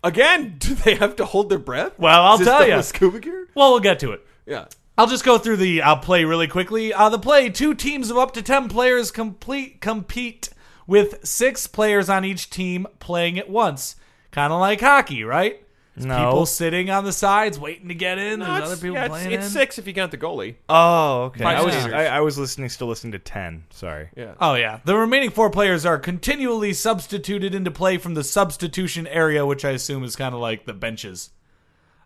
[SPEAKER 1] Again, do they have to hold their breath?
[SPEAKER 2] Well, I'll
[SPEAKER 1] Is this
[SPEAKER 2] tell
[SPEAKER 1] done
[SPEAKER 2] ya.
[SPEAKER 1] with Scuba gear?
[SPEAKER 2] Well, we'll get to it.
[SPEAKER 1] Yeah.
[SPEAKER 2] I'll just go through the uh, play really quickly. Uh, the play: two teams of up to ten players complete compete with six players on each team playing at once. Kind of like hockey, right? It's
[SPEAKER 3] No.
[SPEAKER 2] People sitting on the sides waiting to get in. There's other
[SPEAKER 1] it's-
[SPEAKER 2] people
[SPEAKER 1] yeah, it's,
[SPEAKER 2] playing
[SPEAKER 1] it's
[SPEAKER 2] in.
[SPEAKER 1] six if you count the goalie.
[SPEAKER 3] Oh, okay.
[SPEAKER 1] Five
[SPEAKER 3] I was
[SPEAKER 1] seasons.
[SPEAKER 3] I, I was listening, still listening to ten. Sorry.
[SPEAKER 1] Yeah.
[SPEAKER 2] Oh yeah. The remaining four players are continually substituted into play from the substitution area, which I assume is kind of like the benches.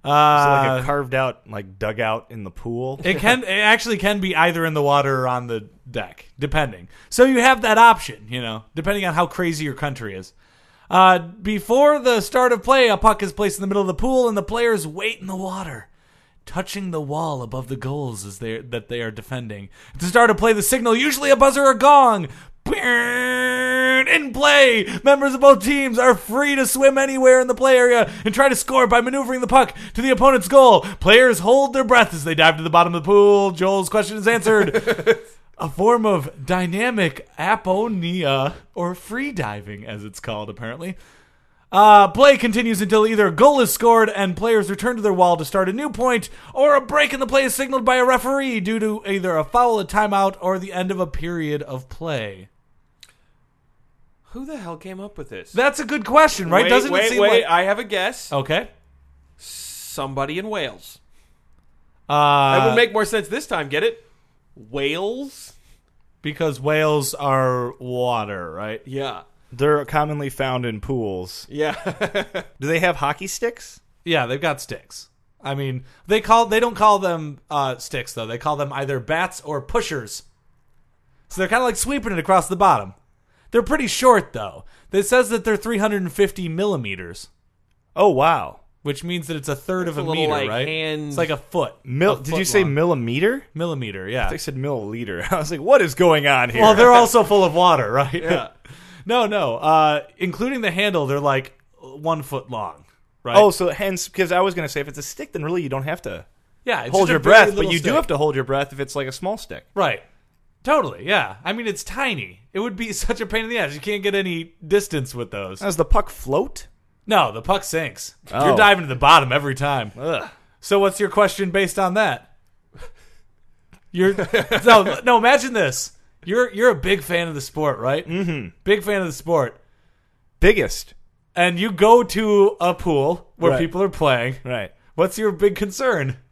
[SPEAKER 3] So
[SPEAKER 2] Uh,
[SPEAKER 3] like a carved out like dugout in the pool.
[SPEAKER 2] it can it actually can be either in the water or on the deck, depending. So you have that option, you know, depending on how crazy your country is. Uh, before the start of play, a puck is placed in the middle of the pool, and the players wait in the water, touching the wall above the goals as they that they are defending. At the start of play, the signal usually a buzzer or gong. In play, members of both teams are free to swim anywhere in the play area and try to score by maneuvering the puck to the opponent's goal. Players hold their breath as they dive to the bottom of the pool. Joel's question is answered. a form of dynamic aponia or free diving as it's called apparently uh, play continues until either a goal is scored and players return to their wall to start a new point or a break in the play is signaled by a referee due to either a foul a timeout or the end of a period of play
[SPEAKER 1] Who the hell came up with this?
[SPEAKER 2] that's a good question right
[SPEAKER 1] wait,
[SPEAKER 2] doesn't
[SPEAKER 1] wait,
[SPEAKER 2] it seem
[SPEAKER 1] wait.
[SPEAKER 2] like
[SPEAKER 1] I have a guess.
[SPEAKER 2] okay
[SPEAKER 1] Somebody in Wales. that
[SPEAKER 2] uh,
[SPEAKER 1] would make more sense this time. Get it? Wales.
[SPEAKER 2] because whales are water right
[SPEAKER 1] Yeah.
[SPEAKER 3] They're commonly found in pools.
[SPEAKER 1] Yeah.
[SPEAKER 3] Do they have hockey sticks?
[SPEAKER 2] Yeah, they've got sticks. I mean, they call they don't call them uh, sticks though. They call them either bats or pushers. So they're kind of like sweeping it across the bottom. They're pretty short though. It says that they're 350 millimeters,
[SPEAKER 3] Oh wow.
[SPEAKER 2] which means that it's a third of
[SPEAKER 1] a
[SPEAKER 2] a,
[SPEAKER 1] little,
[SPEAKER 2] meter,
[SPEAKER 1] like,
[SPEAKER 2] right?
[SPEAKER 1] hand-
[SPEAKER 2] It's like a foot.
[SPEAKER 3] Mil-
[SPEAKER 2] A
[SPEAKER 3] did
[SPEAKER 2] foot
[SPEAKER 3] you say
[SPEAKER 2] long.
[SPEAKER 3] millimeter?
[SPEAKER 2] millimeter? Yeah.
[SPEAKER 3] I said milliliter. I was like, what is going on here?
[SPEAKER 2] Well, they're also full of water, right? Yeah. no, no. Uh, including the handle, they're like one foot long, right?
[SPEAKER 3] oh, so hence because I was gonna say if it's a stick, then really you don't have to
[SPEAKER 2] yeah. it's
[SPEAKER 3] hold
[SPEAKER 2] just a
[SPEAKER 3] your
[SPEAKER 2] very
[SPEAKER 3] breath, but
[SPEAKER 2] little
[SPEAKER 3] you do
[SPEAKER 2] stick.
[SPEAKER 3] have to hold your breath if it's like a small stick.
[SPEAKER 2] Right. Totally. Yeah. I mean, it's tiny. It would be such a pain in the ass. You can't get any distance with those.
[SPEAKER 3] Does the puck float?
[SPEAKER 2] No, the puck sinks. You're
[SPEAKER 3] Oh.
[SPEAKER 2] diving to the bottom every time.
[SPEAKER 3] Ugh.
[SPEAKER 2] So, what's your question based on that? You're no, no. Imagine this. You're you're a big fan of the sport, right? Mm-hmm. Big fan of the sport,
[SPEAKER 3] Biggest.
[SPEAKER 2] and you go to a pool where
[SPEAKER 3] Right.
[SPEAKER 2] people are playing.
[SPEAKER 3] Right.
[SPEAKER 2] What's your big concern?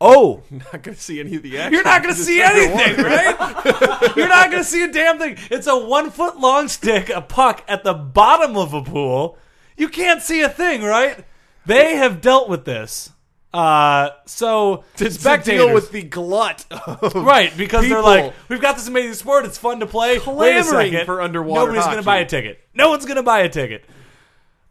[SPEAKER 3] Oh,
[SPEAKER 1] not going to see any of the action.
[SPEAKER 2] You're not going to see anything, right? You're not going to see a damn thing. It's a one foot long stick, a puck at the bottom of a pool. You can't see a thing, right? They have dealt with this. Uh, so spectators,
[SPEAKER 4] deal with the glut of
[SPEAKER 2] right? Because
[SPEAKER 4] people.
[SPEAKER 2] they're like, we've got this amazing sport. It's fun to play. Wait a
[SPEAKER 1] Clamoring
[SPEAKER 2] second.
[SPEAKER 1] for underwater
[SPEAKER 2] Nobody's going to
[SPEAKER 1] hockey.
[SPEAKER 2] buy a ticket. No one's going to buy a ticket.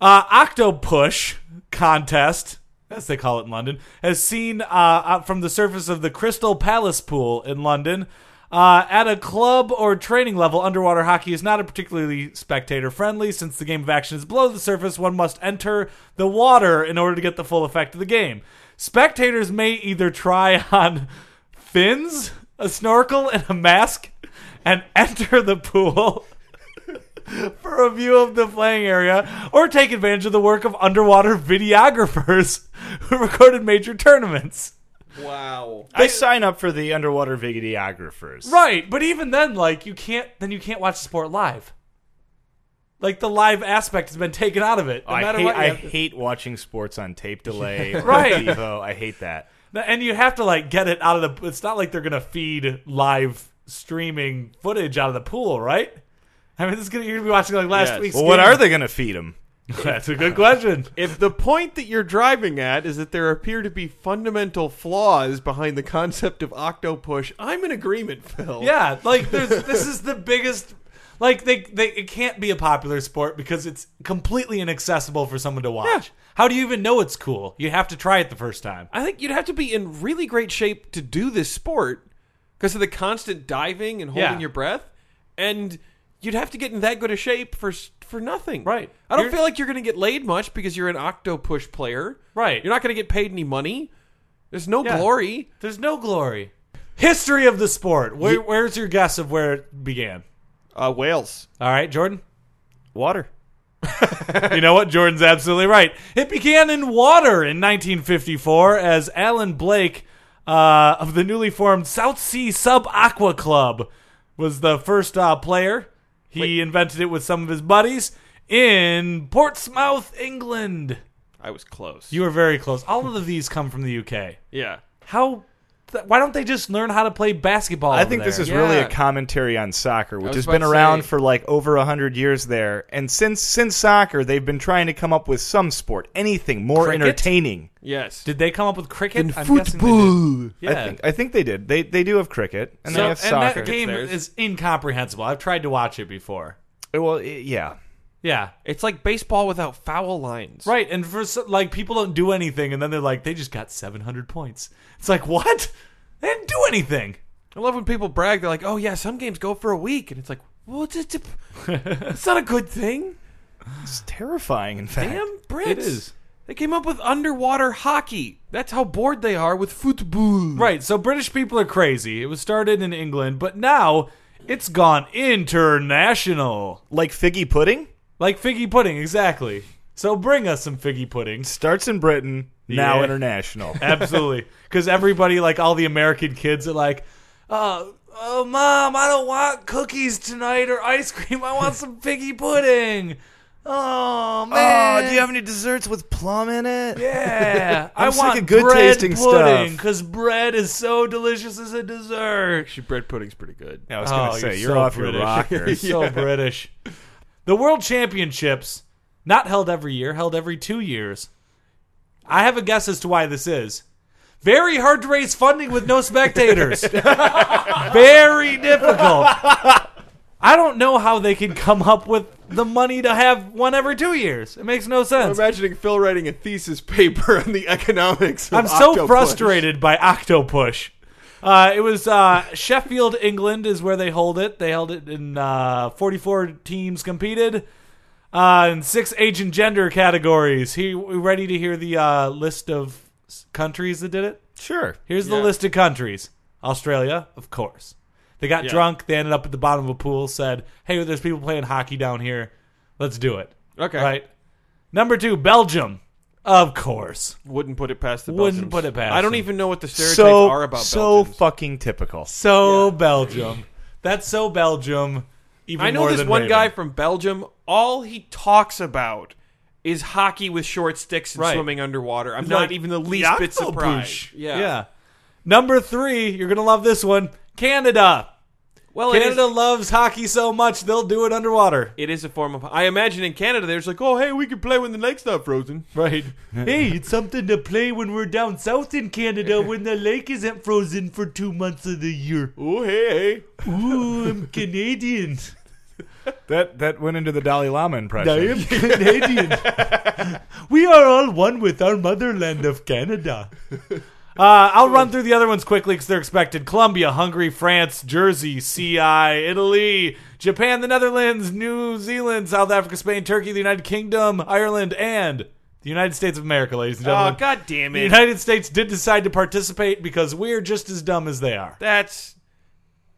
[SPEAKER 2] Uh, Octopush contest, as they call it in London, has seen uh, out from the surface of the Crystal Palace pool in London. Uh, at a club or training level, underwater hockey is not a particularly spectator friendly. Since the game of action is below the surface, one must enter the water in order to get the full effect of the game. Spectators may either try on fins, a snorkel, and a mask, and enter the pool for a view of the playing area or take advantage of the work of underwater videographers who recorded major tournaments.
[SPEAKER 1] Wow.
[SPEAKER 3] I sign up for the underwater videographers.
[SPEAKER 2] Right, but even then, like you can't then you can't watch the sport live. Like the live aspect has been taken out of it. No
[SPEAKER 3] Oh, I
[SPEAKER 2] matter
[SPEAKER 3] hate,
[SPEAKER 2] what, you
[SPEAKER 3] I
[SPEAKER 2] have to-
[SPEAKER 3] hate watching sports on tape delay.
[SPEAKER 2] Right.
[SPEAKER 3] right. Devo. I hate that.
[SPEAKER 2] and you have to like get it out of the. It's not like they're gonna feed live streaming footage out of the pool, right? I mean, this is gonna you're gonna be watching like last
[SPEAKER 1] Yes.
[SPEAKER 2] week's.
[SPEAKER 3] Well, what
[SPEAKER 2] game.
[SPEAKER 3] are they going to feed them?
[SPEAKER 2] That's a good question.
[SPEAKER 1] If the point that you're driving at is that there appear to be fundamental flaws behind the concept of octopush, I'm in agreement, Phil.
[SPEAKER 2] Yeah, like there's this is the biggest like they they it can't be a popular sport because it's completely inaccessible for someone to watch. How do you even know it's cool? You have to try it the first time.
[SPEAKER 1] I think you'd have to be in really great shape to do this sport because of the constant diving and holding
[SPEAKER 2] Yeah.
[SPEAKER 1] your breath, and you'd have to get in that good a shape for s- for nothing.
[SPEAKER 2] Right.
[SPEAKER 1] I don't
[SPEAKER 2] You're-
[SPEAKER 1] feel like you're going to get laid much because you're an octopush player.
[SPEAKER 2] Right.
[SPEAKER 1] You're not going to get paid any money. There's no
[SPEAKER 2] Yeah.
[SPEAKER 1] glory.
[SPEAKER 2] There's no glory. History of the sport. Where, where's your guess of where it began?
[SPEAKER 1] Uh, Wales.
[SPEAKER 2] All right, Jordan.
[SPEAKER 3] Water.
[SPEAKER 2] you know what? Jordan's absolutely right. It began in water in 1954 as Alan Blake uh, of the newly formed South Sea Sub Aqua Club was the first uh, player. He invented it with some of his buddies in Portsmouth, England.
[SPEAKER 1] I was close.
[SPEAKER 2] You were very close. All of these come from the UK.
[SPEAKER 1] yeah.
[SPEAKER 2] How? Th- why don't they just learn how to play basketball?
[SPEAKER 3] I
[SPEAKER 2] over
[SPEAKER 3] think this
[SPEAKER 2] there?
[SPEAKER 3] is really
[SPEAKER 1] Yeah.
[SPEAKER 3] a commentary on soccer, which
[SPEAKER 1] was
[SPEAKER 3] has
[SPEAKER 1] about
[SPEAKER 3] been
[SPEAKER 1] to
[SPEAKER 3] around
[SPEAKER 1] say-
[SPEAKER 3] for like over a hundred years there. And since since soccer, they've been trying to come up with some sport, anything more
[SPEAKER 2] Cricket?
[SPEAKER 3] entertaining.
[SPEAKER 1] Yes.
[SPEAKER 2] Did they come up with cricket
[SPEAKER 3] And
[SPEAKER 2] I'm guessing they did. Yeah.
[SPEAKER 3] I think I think they did. They they do have cricket and
[SPEAKER 2] So-
[SPEAKER 3] they
[SPEAKER 2] and
[SPEAKER 3] have soccer.
[SPEAKER 2] that game
[SPEAKER 1] theirs.
[SPEAKER 2] is incomprehensible. I've tried to watch it before.
[SPEAKER 3] well, i- yeah.
[SPEAKER 2] Yeah.
[SPEAKER 1] it's like baseball without foul lines.
[SPEAKER 2] Right, and for so- like people don't do anything, and then they're like, they just got seven hundred points. It's like what? They didn't do anything.
[SPEAKER 1] I love when people brag. They're like, "Oh yeah, some games go for a week," and it's like, "Well, it's, it's, it's not a good thing."
[SPEAKER 3] It's terrifying. In fact,
[SPEAKER 1] Damn Brits. It is. They came up with underwater hockey. That's how bored they are with football.
[SPEAKER 2] Right, so British people are crazy. It was started in England, but now it's gone international,
[SPEAKER 3] like figgy pudding
[SPEAKER 2] like figgy pudding, exactly. So bring us some figgy pudding.
[SPEAKER 3] starts in Britain, now
[SPEAKER 2] Yeah.
[SPEAKER 3] international.
[SPEAKER 2] Absolutely. Because everybody, like all the American kids, are like, oh, oh, mom, I don't want cookies tonight or ice cream. I want some figgy pudding. Oh, man.
[SPEAKER 3] Oh, do you have any desserts with plum in it?
[SPEAKER 2] yeah, I
[SPEAKER 3] sick
[SPEAKER 2] want
[SPEAKER 3] of good
[SPEAKER 2] bread
[SPEAKER 3] tasting stuff.
[SPEAKER 2] pudding because bread is so delicious as a dessert.
[SPEAKER 1] Actually, bread pudding's pretty good.
[SPEAKER 3] I was
[SPEAKER 2] Oh,
[SPEAKER 3] gonna say
[SPEAKER 2] you're
[SPEAKER 3] you're
[SPEAKER 2] so
[SPEAKER 3] off
[SPEAKER 2] British.
[SPEAKER 3] your rocker.
[SPEAKER 2] You're so British. The World Championships, not held every year, held every two years. I have a guess as to why this is. Very hard to raise funding with no spectators. Very difficult. I don't know how they can come up with the money to have one every two years. It makes no sense.
[SPEAKER 4] imagining Phil writing a thesis paper on the economics. Of
[SPEAKER 2] I'm so
[SPEAKER 4] Octopush.
[SPEAKER 2] frustrated by Octopush. Uh, it was uh, Sheffield, England, is where they hold it. They held it in uh, 44 teams competed uh, in six age and gender categories. He we ready to hear the uh, list of s- countries that did it?
[SPEAKER 3] Sure.
[SPEAKER 2] Here's the list of countries: Australia, of course. They got drunk. They ended up at the bottom of a pool. Said, "Hey, there's people playing hockey down here. Let's do it."
[SPEAKER 1] Okay.
[SPEAKER 2] Right. Number two, Belgium, of course.
[SPEAKER 1] Wouldn't put it past the
[SPEAKER 2] Wouldn't
[SPEAKER 1] Belgians.
[SPEAKER 2] put it past
[SPEAKER 1] I don't
[SPEAKER 2] them.
[SPEAKER 1] even know what the stereotypes
[SPEAKER 3] So
[SPEAKER 1] are about
[SPEAKER 3] so
[SPEAKER 1] Belgians.
[SPEAKER 3] fucking typical.
[SPEAKER 2] So Belgium. That's so Belgium. Even
[SPEAKER 1] I know
[SPEAKER 2] more
[SPEAKER 1] this
[SPEAKER 2] than
[SPEAKER 1] one
[SPEAKER 2] Raven.
[SPEAKER 1] guy from Belgium. All he talks about is hockey with short sticks and
[SPEAKER 2] Right.
[SPEAKER 1] swimming underwater. I'm
[SPEAKER 2] Like,
[SPEAKER 1] not even the least
[SPEAKER 2] the
[SPEAKER 1] bit surprised.
[SPEAKER 2] octopus. yeah. Number three, you're gonna love this one. Canada.
[SPEAKER 1] Well, it is-
[SPEAKER 2] Canada loves hockey so much they'll do it underwater.
[SPEAKER 1] it is a form of. I imagine in Canada, there's like, oh, hey, we can play when the lake's not frozen.
[SPEAKER 2] Right. hey, it's something to play when we're down south in Canada when the lake isn't frozen for two months of the year.
[SPEAKER 1] Oh, hey, hey.
[SPEAKER 2] Ooh, I'm Canadian.
[SPEAKER 3] That that went into the Dalai Lama impression.
[SPEAKER 2] Canadian. we are all one with our motherland of Canada. Uh, I'll run through the other ones quickly because they're expected. Colombia, Hungary, France, Jersey, CI, Italy, Japan, the Netherlands, New Zealand, South Africa, Spain, Turkey, the United Kingdom, Ireland, and the United States of America, ladies and
[SPEAKER 1] Oh,
[SPEAKER 2] gentlemen.
[SPEAKER 1] god damn
[SPEAKER 2] the
[SPEAKER 1] it.
[SPEAKER 2] United States did decide to participate because we're just as dumb as they are.
[SPEAKER 1] That's.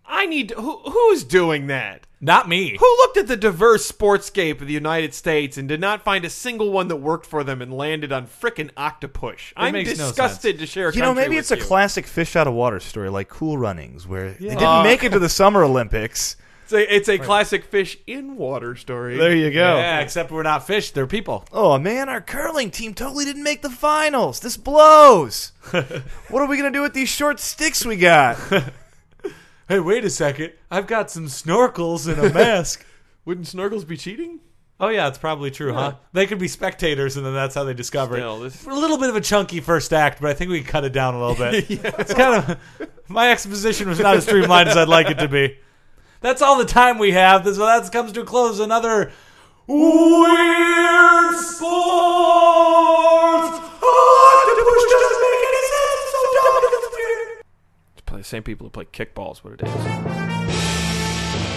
[SPEAKER 1] I need. Who, who's doing that?
[SPEAKER 2] Not me.
[SPEAKER 1] Who looked at the diverse sportscape of the United States and did not find a single one that worked for them and landed on frickin' octopus? I'm
[SPEAKER 2] makes no
[SPEAKER 1] disgusted to share. A
[SPEAKER 3] You know,
[SPEAKER 1] country
[SPEAKER 3] maybe
[SPEAKER 1] with
[SPEAKER 3] it's a
[SPEAKER 1] you.
[SPEAKER 3] classic fish out of water story like Cool Runnings, where they didn't
[SPEAKER 1] Uh,
[SPEAKER 3] make it to the Summer Olympics.
[SPEAKER 1] It's a, it's a classic fish in water story.
[SPEAKER 3] There you go.
[SPEAKER 2] Yeah, except we're not fish, they're people.
[SPEAKER 3] Oh man, our curling team totally didn't make the finals. This blows. what are we gonna do with these short sticks we got?
[SPEAKER 2] Hey, wait a second. I've got some snorkels and a mask.
[SPEAKER 1] Wouldn't snorkels be cheating?
[SPEAKER 2] oh, yeah, it's probably true, huh? They could be spectators, and then that's how they discover
[SPEAKER 1] Still,
[SPEAKER 2] it.
[SPEAKER 1] this-
[SPEAKER 2] A little bit of a chunky first act, but I think we can cut it down a little bit. It's kind of. My exposition was not as streamlined as I'd like it to be. That's all the time we have. So that comes to a close. Another. Weird sports! Oh, Octopus doesn't make any sense! So dumb and confusing.
[SPEAKER 1] Play the same people who play kickball is what it is.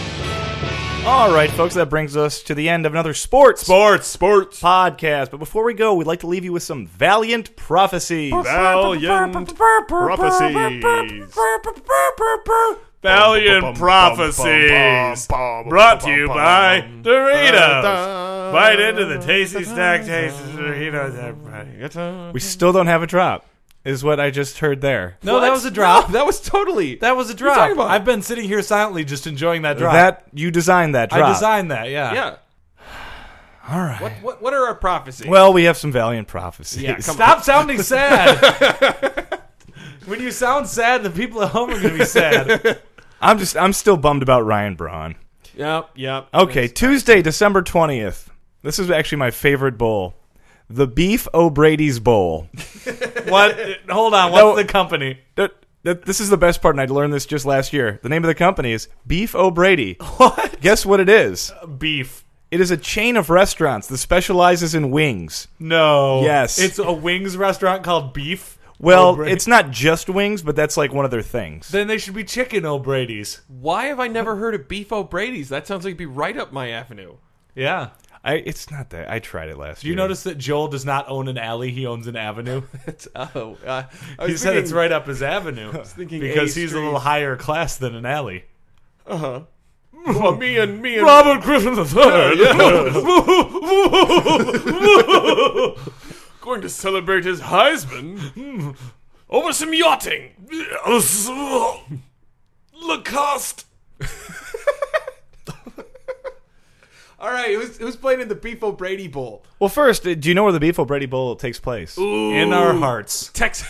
[SPEAKER 3] All right, folks, that brings us to the end of another sports
[SPEAKER 2] Sports, sports.
[SPEAKER 3] podcast. But before we go, we'd like to leave you with some valiant prophecies.
[SPEAKER 4] Valiant prophecies.
[SPEAKER 2] Valiant Prophecies. Brought to you by Doritos. Bite into the tasty snack taste of Doritos. everybody.
[SPEAKER 3] We still don't have a drop. is what I just heard there.
[SPEAKER 2] No, that was a
[SPEAKER 1] drop.
[SPEAKER 2] drop.
[SPEAKER 1] that was totally.
[SPEAKER 2] That was
[SPEAKER 1] are
[SPEAKER 2] a
[SPEAKER 1] you
[SPEAKER 2] drop.
[SPEAKER 1] talking about?
[SPEAKER 2] I've been sitting here silently just enjoying that drop.
[SPEAKER 3] That you designed that drop.
[SPEAKER 2] I designed that, yeah.
[SPEAKER 1] yeah.
[SPEAKER 3] All right.
[SPEAKER 1] What, what what are our prophecies?
[SPEAKER 3] Well, we have some valiant prophecies.
[SPEAKER 1] yeah, come
[SPEAKER 2] Stop sounding sad. when you sound sad, the people at home are going to be sad.
[SPEAKER 3] I'm just I'm still bummed about Ryan Braun.
[SPEAKER 1] on. Yep, yep.
[SPEAKER 3] Okay, Tuesday, December 20th. This is actually my favorite bowl. The Beef O'Brady's Bowl.
[SPEAKER 2] what? Hold on. What's
[SPEAKER 3] No.
[SPEAKER 2] the company?
[SPEAKER 3] That- that- This is the best part, and I learned this just last year. The name of the company is Beef O'Brady. What? Guess what it is?
[SPEAKER 2] Beef.
[SPEAKER 3] It is a chain of restaurants that specializes in wings.
[SPEAKER 2] No.
[SPEAKER 3] Yes.
[SPEAKER 2] It's a wings restaurant called Beef.
[SPEAKER 3] Well,
[SPEAKER 2] O'Brady.
[SPEAKER 3] it's not just wings, but that's like one of their things.
[SPEAKER 2] Then they should be Chicken O'Brady's.
[SPEAKER 1] Why have I never heard of Beef O'Brady's? That sounds like it'd be right up my avenue.
[SPEAKER 2] Yeah.
[SPEAKER 3] I, it's not that. I tried it last
[SPEAKER 2] Do you
[SPEAKER 3] year.
[SPEAKER 2] notice that Joel does not own an alley? He owns an avenue.
[SPEAKER 1] It's, oh, uh, I
[SPEAKER 2] He
[SPEAKER 1] was
[SPEAKER 2] said it's
[SPEAKER 1] thinking-
[SPEAKER 2] right up his avenue
[SPEAKER 1] thinking
[SPEAKER 2] because
[SPEAKER 1] A
[SPEAKER 2] he's a
[SPEAKER 1] Street.
[SPEAKER 2] little higher class than an alley.
[SPEAKER 1] Uh-huh. Well, me and me and
[SPEAKER 2] Robert Griffin III.
[SPEAKER 1] going to celebrate his Heisman over some yachting. Lacoste. All right, who's who's playing in the Beef O'Brady Bowl?
[SPEAKER 3] Well, first, uh, do you know where the Beef O'Brady Bowl takes place?
[SPEAKER 2] In our hearts,
[SPEAKER 1] Texas.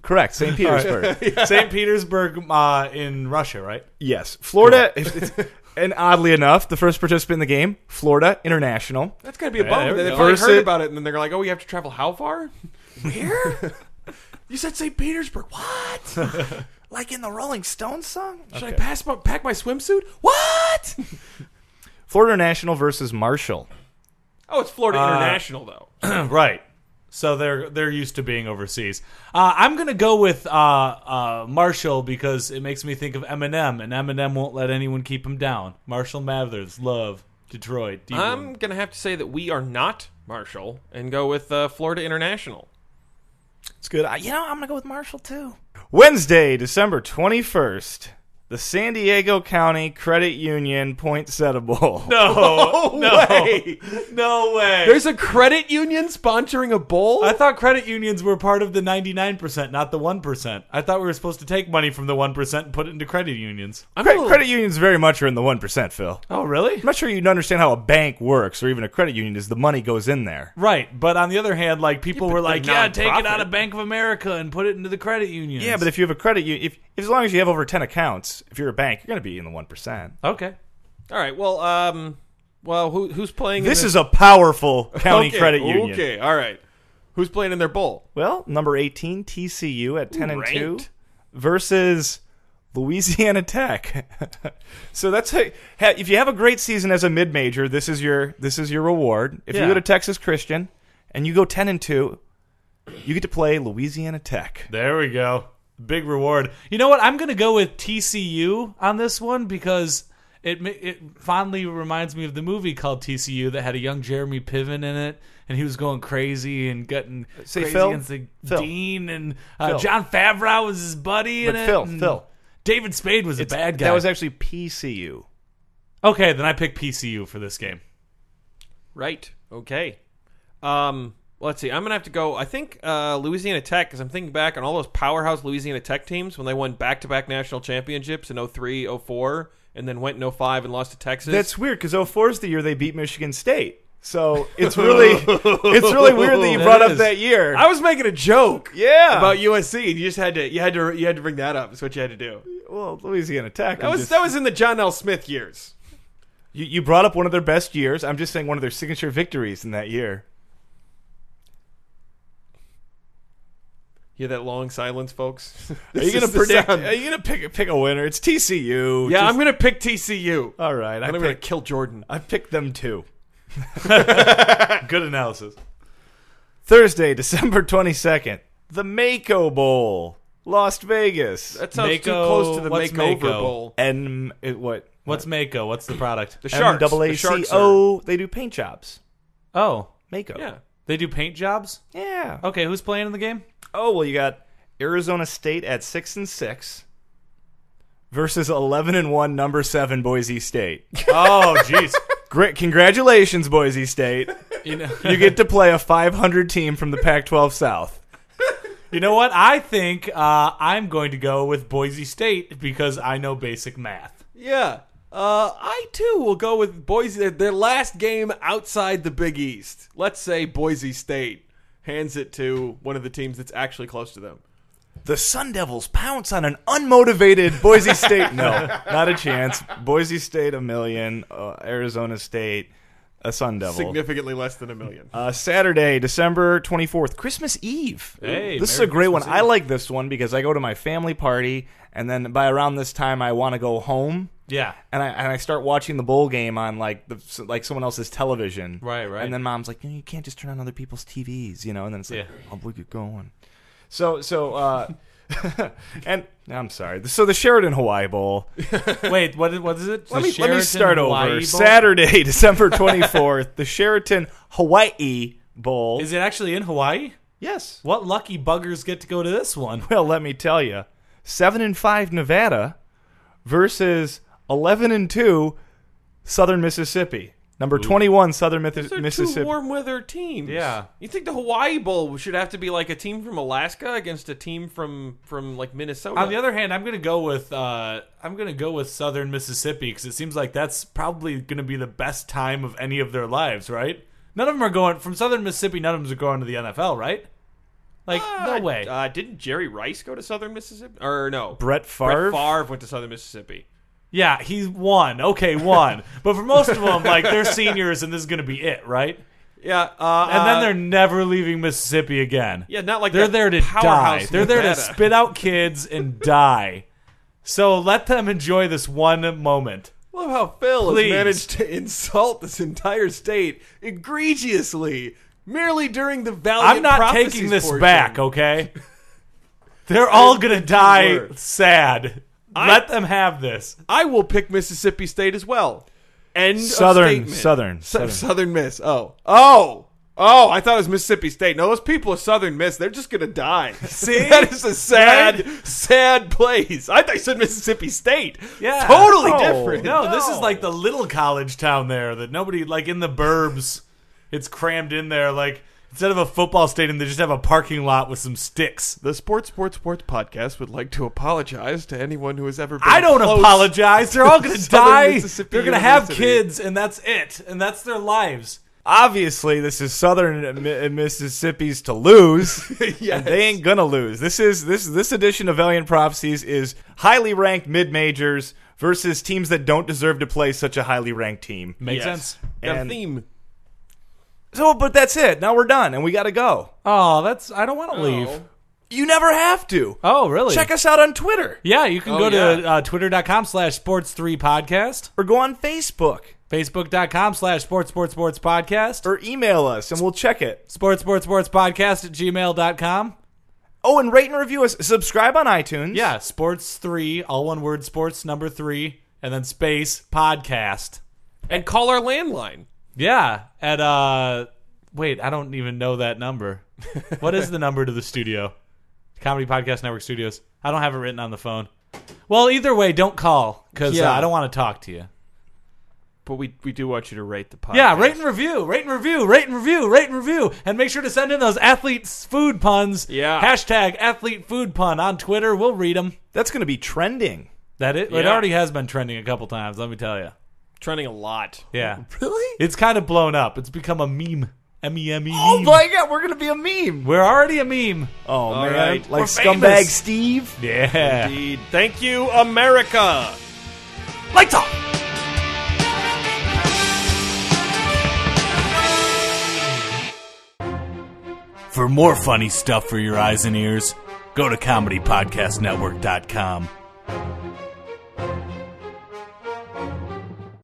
[SPEAKER 3] Correct, St. Petersburg.
[SPEAKER 2] St. Petersburg uh, in Russia, right?
[SPEAKER 3] Yes, Florida. it's- and oddly enough, the first participant in the game, Florida International.
[SPEAKER 1] That's gotta be a
[SPEAKER 2] there
[SPEAKER 1] bummer.
[SPEAKER 2] we
[SPEAKER 1] They've
[SPEAKER 2] go.
[SPEAKER 1] already
[SPEAKER 3] Versus-
[SPEAKER 1] heard about it, and then they're like, "Oh, we have to travel how far? Where? you said St. Petersburg. What? Should
[SPEAKER 3] Like in the Rolling Stones song.
[SPEAKER 1] I pass my, pack my swimsuit? What?
[SPEAKER 3] Florida International versus Marshall.
[SPEAKER 1] Oh, it's Florida International though.
[SPEAKER 2] right. So they're they're used to being overseas. Uh, I'm gonna go with uh, uh, Marshall because it makes me think of Eminem, and Eminem won't let anyone keep him down. Marshall Mathers, love Detroit. D-Boom.
[SPEAKER 1] I'm gonna have to say that we are not Marshall and go with uh, Florida International.
[SPEAKER 3] It's good. I, you know, I'm gonna go with Marshall too. Wednesday, December 21st, the San Diego County Credit Union Poinsettia Bowl. No,
[SPEAKER 2] no, no
[SPEAKER 1] way.
[SPEAKER 2] no way.
[SPEAKER 1] There's a credit union sponsoring a bowl.
[SPEAKER 2] I thought credit unions were part of the 99%, not the 1%. I thought we were supposed to take money from the 1% and put it into credit unions.
[SPEAKER 1] I'm a
[SPEAKER 3] Cre-
[SPEAKER 1] little-
[SPEAKER 3] credit unions very much are in the one percent, Phil.
[SPEAKER 2] Oh, really?
[SPEAKER 3] I'm not sure you understand how a bank works, or even a credit union, is the money goes in there.
[SPEAKER 2] Right, but on the other hand, like people
[SPEAKER 1] but
[SPEAKER 2] were
[SPEAKER 1] they're
[SPEAKER 2] like, "Yeah, take it
[SPEAKER 1] nonprofit."
[SPEAKER 2] out of Bank of America and put it into the credit unions."
[SPEAKER 3] Yeah, but if you have a credit union, if, if as long as you have over 10 accounts, if you're a bank, you're gonna be in the one percent.
[SPEAKER 2] okay,
[SPEAKER 1] All right. Well, um, well, who who's playing?
[SPEAKER 3] This
[SPEAKER 1] in
[SPEAKER 3] is a powerful county
[SPEAKER 1] okay,
[SPEAKER 3] credit union.
[SPEAKER 1] Okay. All right. Who's playing in their bowl?
[SPEAKER 3] Well, number 18 TCU at 10 and 2
[SPEAKER 1] ranked.
[SPEAKER 3] versus Louisiana Tech. so that's a, ha- if you have a great season as a mid-major, this is your this is your reward. If you
[SPEAKER 2] Yeah.
[SPEAKER 3] go to Texas Christian and you go 10 and 2, you get to play Louisiana Tech.
[SPEAKER 2] there we go. Big reward. You know what? I'm going to go with TCU on this one because it ma- it fondly reminds me of the movie called TCU that had a young Jeremy Piven in it, and he was going crazy and getting
[SPEAKER 3] Say,
[SPEAKER 2] crazy
[SPEAKER 3] Phil?
[SPEAKER 2] against the
[SPEAKER 3] Phil.
[SPEAKER 2] dean, and uh,
[SPEAKER 3] Phil.
[SPEAKER 2] John Favreau was his buddy in
[SPEAKER 3] But
[SPEAKER 2] it.
[SPEAKER 3] Phil,
[SPEAKER 2] and
[SPEAKER 3] Phil.
[SPEAKER 2] David Spade was a bad guy.
[SPEAKER 3] That was actually PCU.
[SPEAKER 2] okay, then I pick PCU for this game.
[SPEAKER 1] Right. Okay. Um, let's see. I'm gonna have to go. I think uh, Louisiana Tech, because I'm thinking back on all those powerhouse Louisiana Tech teams when they won back-to-back national championships in 03, 04, and then went in 05 and lost to Texas.
[SPEAKER 3] That's weird cuz 04 is the year they beat Michigan State. So it's really it's really weird that you
[SPEAKER 2] That
[SPEAKER 3] brought up
[SPEAKER 2] is.
[SPEAKER 3] that year.
[SPEAKER 1] I was making a joke.
[SPEAKER 3] yeah.
[SPEAKER 1] About USC, and you just had to you had to you had to bring that up. Is what you had to do.
[SPEAKER 3] well, Louisiana Tech.
[SPEAKER 1] That was that was in the John L. Smith years.
[SPEAKER 3] You, you brought up one of their best years. I'm just saying one of their signature victories in that year.
[SPEAKER 1] Hear that long silence, folks?
[SPEAKER 3] Are you going to predict? Are you going to pick pick a winner? It's TCU.
[SPEAKER 1] Yeah,
[SPEAKER 3] Just-
[SPEAKER 1] I'm gonna pick TCU.
[SPEAKER 3] all right. I
[SPEAKER 1] I'm gonna
[SPEAKER 3] picked,
[SPEAKER 1] kill Jordan.
[SPEAKER 3] I picked them too.
[SPEAKER 2] Good analysis.
[SPEAKER 3] Thursday, December 22nd, the Mako Bowl, Las Vegas.
[SPEAKER 1] That sounds too
[SPEAKER 2] Mako-
[SPEAKER 1] close to the
[SPEAKER 2] what's
[SPEAKER 1] makeover
[SPEAKER 2] Mako?
[SPEAKER 1] bowl.
[SPEAKER 3] M it- what?
[SPEAKER 2] What's Mako? What's the product?
[SPEAKER 1] The sharks. the Sharks are-
[SPEAKER 3] M-A-A-C-O. They do paint jobs.
[SPEAKER 2] Oh,
[SPEAKER 3] Mako.
[SPEAKER 1] Yeah.
[SPEAKER 2] they do paint jobs.
[SPEAKER 3] Yeah.
[SPEAKER 2] Okay, who's playing in the game?
[SPEAKER 3] Oh well, you got Arizona State at six and six versus 11 and one, number seven Boise State.
[SPEAKER 2] Oh, jeez.
[SPEAKER 3] Great, congratulations, Boise State.
[SPEAKER 2] You know-
[SPEAKER 3] You get to play a 500 team from the Pac 12 South.
[SPEAKER 2] You know what? I think uh, I'm going to go with Boise State because I know basic math.
[SPEAKER 1] Yeah. Uh, I too will go with Boise. Their, their last game outside the Big East. Let's say Boise State hands it to one of the teams that's actually close to them.
[SPEAKER 3] The Sun Devils pounce on an unmotivated Boise State. No, not a chance. Boise State a million, uh, Arizona State a Sun Devil.
[SPEAKER 1] Significantly less than a million.
[SPEAKER 3] Uh, Saturday, December 24th, Christmas Eve.
[SPEAKER 2] Hey,
[SPEAKER 3] this is
[SPEAKER 2] Merry
[SPEAKER 3] a great
[SPEAKER 2] Christmas
[SPEAKER 3] one. I like this one because I go to my family party, and then by around this time, I want to go home.
[SPEAKER 2] Yeah.
[SPEAKER 3] And I, and I start watching the bowl game on like the like someone else's television.
[SPEAKER 2] Right, right.
[SPEAKER 3] And then mom's like, you can't just turn on other people's TVs, you know. And then it's like,
[SPEAKER 2] Yeah.
[SPEAKER 3] I'll look it going. So so uh, and I'm sorry. So the Sheridan Hawaii Bowl.
[SPEAKER 2] Wait, what is, what is it?
[SPEAKER 3] Let me, let me start over. Saturday, December 24th, the Sheraton Hawaii Bowl.
[SPEAKER 2] Is it actually in Hawaii?
[SPEAKER 3] yes.
[SPEAKER 2] What lucky buggers get to go to this one?
[SPEAKER 3] Well, let me tell you, seven and five Nevada versus eleven and two Southern Mississippi. Number twenty-one Southern Missi-
[SPEAKER 1] They're two
[SPEAKER 3] Mississippi.
[SPEAKER 1] warm weather teams.
[SPEAKER 2] Yeah.
[SPEAKER 1] You think the Hawaii Bowl should have to be like a team from Alaska against a team from from like Minnesota?
[SPEAKER 2] On the other hand, I'm gonna go with uh, I'm gonna go with Southern Mississippi because it seems like that's probably gonna be the best time of any of their lives, right? None of them are going from Southern Mississippi. None of them are going to the NFL, right? Like
[SPEAKER 1] Uh,
[SPEAKER 2] no way.
[SPEAKER 1] Uh, didn't Jerry Rice go to Southern Mississippi? Or no,
[SPEAKER 3] Brett
[SPEAKER 1] Brett
[SPEAKER 3] Favre.
[SPEAKER 1] Favre went to Southern Mississippi.
[SPEAKER 2] yeah, he's won. Okay, won. but for most of them, like they're seniors, and this is gonna be it, right?
[SPEAKER 1] Yeah, uh,
[SPEAKER 2] And
[SPEAKER 1] uh,
[SPEAKER 2] then they're never leaving Mississippi again.
[SPEAKER 1] yeah, not like
[SPEAKER 2] They're
[SPEAKER 1] that
[SPEAKER 2] there to
[SPEAKER 1] powerhouse
[SPEAKER 2] die. They're there to
[SPEAKER 1] Nevada.
[SPEAKER 2] spit out kids and die. So let them enjoy this one moment.
[SPEAKER 1] I love how Phil
[SPEAKER 2] Please.
[SPEAKER 1] has managed to insult this entire state egregiously merely during the valiant.
[SPEAKER 2] I'm not
[SPEAKER 1] prophecies
[SPEAKER 2] taking this
[SPEAKER 1] portion.
[SPEAKER 2] back, okay? They're all gonna die sad. Let them have this.
[SPEAKER 1] I will pick Mississippi State as well. End of
[SPEAKER 3] Southern,
[SPEAKER 1] statement.
[SPEAKER 3] Southern,
[SPEAKER 1] S-
[SPEAKER 3] Southern.
[SPEAKER 1] Southern Miss. Oh, oh, oh! I thought it was Mississippi State. No, those people of Southern Miss, they're just gonna die. See, that is a sad, sad place. I thought you said Mississippi State.
[SPEAKER 2] Yeah.
[SPEAKER 1] totally different.
[SPEAKER 2] No, this is like the little college town there that nobody like in the burbs. It's crammed in there like instead of a football stadium, they just have a parking lot with some sticks.
[SPEAKER 1] The Sports Sports Sports podcast would like to apologize to anyone who has ever. been
[SPEAKER 2] I don't
[SPEAKER 1] close-
[SPEAKER 2] apologize. They're all going to
[SPEAKER 1] Southern
[SPEAKER 2] die.
[SPEAKER 1] Mississippi
[SPEAKER 2] They're going to have
[SPEAKER 1] University.
[SPEAKER 2] kids, and that's it. And that's their lives.
[SPEAKER 3] Obviously, this is Southern Mi- Mississippi's to lose. and they ain't gonna lose. This is this this edition of Valiant Prophecies is highly ranked mid majors versus teams that don't deserve to play such a highly ranked team.
[SPEAKER 2] Makes
[SPEAKER 1] Yes.
[SPEAKER 2] sense.
[SPEAKER 1] Got a
[SPEAKER 3] And-
[SPEAKER 1] theme.
[SPEAKER 3] So, but that's it. Now we're done, and we gotta go.
[SPEAKER 2] Oh, that's. I don't want to leave.
[SPEAKER 3] You never have to.
[SPEAKER 2] Oh, really?
[SPEAKER 3] Check us out on Twitter
[SPEAKER 2] Yeah, you can
[SPEAKER 1] Oh,
[SPEAKER 2] go to
[SPEAKER 1] yeah.
[SPEAKER 2] uh, twitter.com slash sports three podcast,
[SPEAKER 3] or go on Facebook
[SPEAKER 2] facebook.com slash sports sports sports podcast,
[SPEAKER 3] or email us, and we'll check it.
[SPEAKER 2] sports sports sports podcast at gmail.com.
[SPEAKER 3] Oh, and rate and review us. Subscribe on iTunes.
[SPEAKER 2] Yeah, sports three, all one word, sports number three, and then space podcast.
[SPEAKER 1] and call our landline.
[SPEAKER 2] Yeah, at, uh, wait, I don't even know that number. what is the number to the studio? Comedy Podcast Network Studios. I don't have it written on the phone. Well, either way, don't call because
[SPEAKER 1] Yeah.
[SPEAKER 2] uh, I don't want to talk to you.
[SPEAKER 1] But we we do want you to rate the podcast.
[SPEAKER 2] Yeah, rate and review, rate and review, rate and review, rate and review, and make sure to send in those athlete food puns.
[SPEAKER 1] Yeah.
[SPEAKER 2] Hashtag athlete food pun on Twitter. We'll read them.
[SPEAKER 3] That's gonna be trending.
[SPEAKER 2] That it. It
[SPEAKER 1] Yeah.
[SPEAKER 2] already has been trending a couple times. Let me tell you.
[SPEAKER 1] trending a lot.
[SPEAKER 2] Yeah.
[SPEAKER 3] Really?
[SPEAKER 2] It's kind of blown up. It's become a meme. M e m e.
[SPEAKER 3] Oh my god, we're gonna be a meme.
[SPEAKER 2] We're already a meme.
[SPEAKER 3] Oh man,
[SPEAKER 1] right.
[SPEAKER 3] like
[SPEAKER 2] We're
[SPEAKER 3] scumbag
[SPEAKER 2] famous.
[SPEAKER 3] Steve.
[SPEAKER 2] Yeah.
[SPEAKER 1] Indeed. Thank you, America.
[SPEAKER 2] Lights off.
[SPEAKER 8] For more funny stuff for your eyes and ears, go to ComedyPodcastNetwork.com.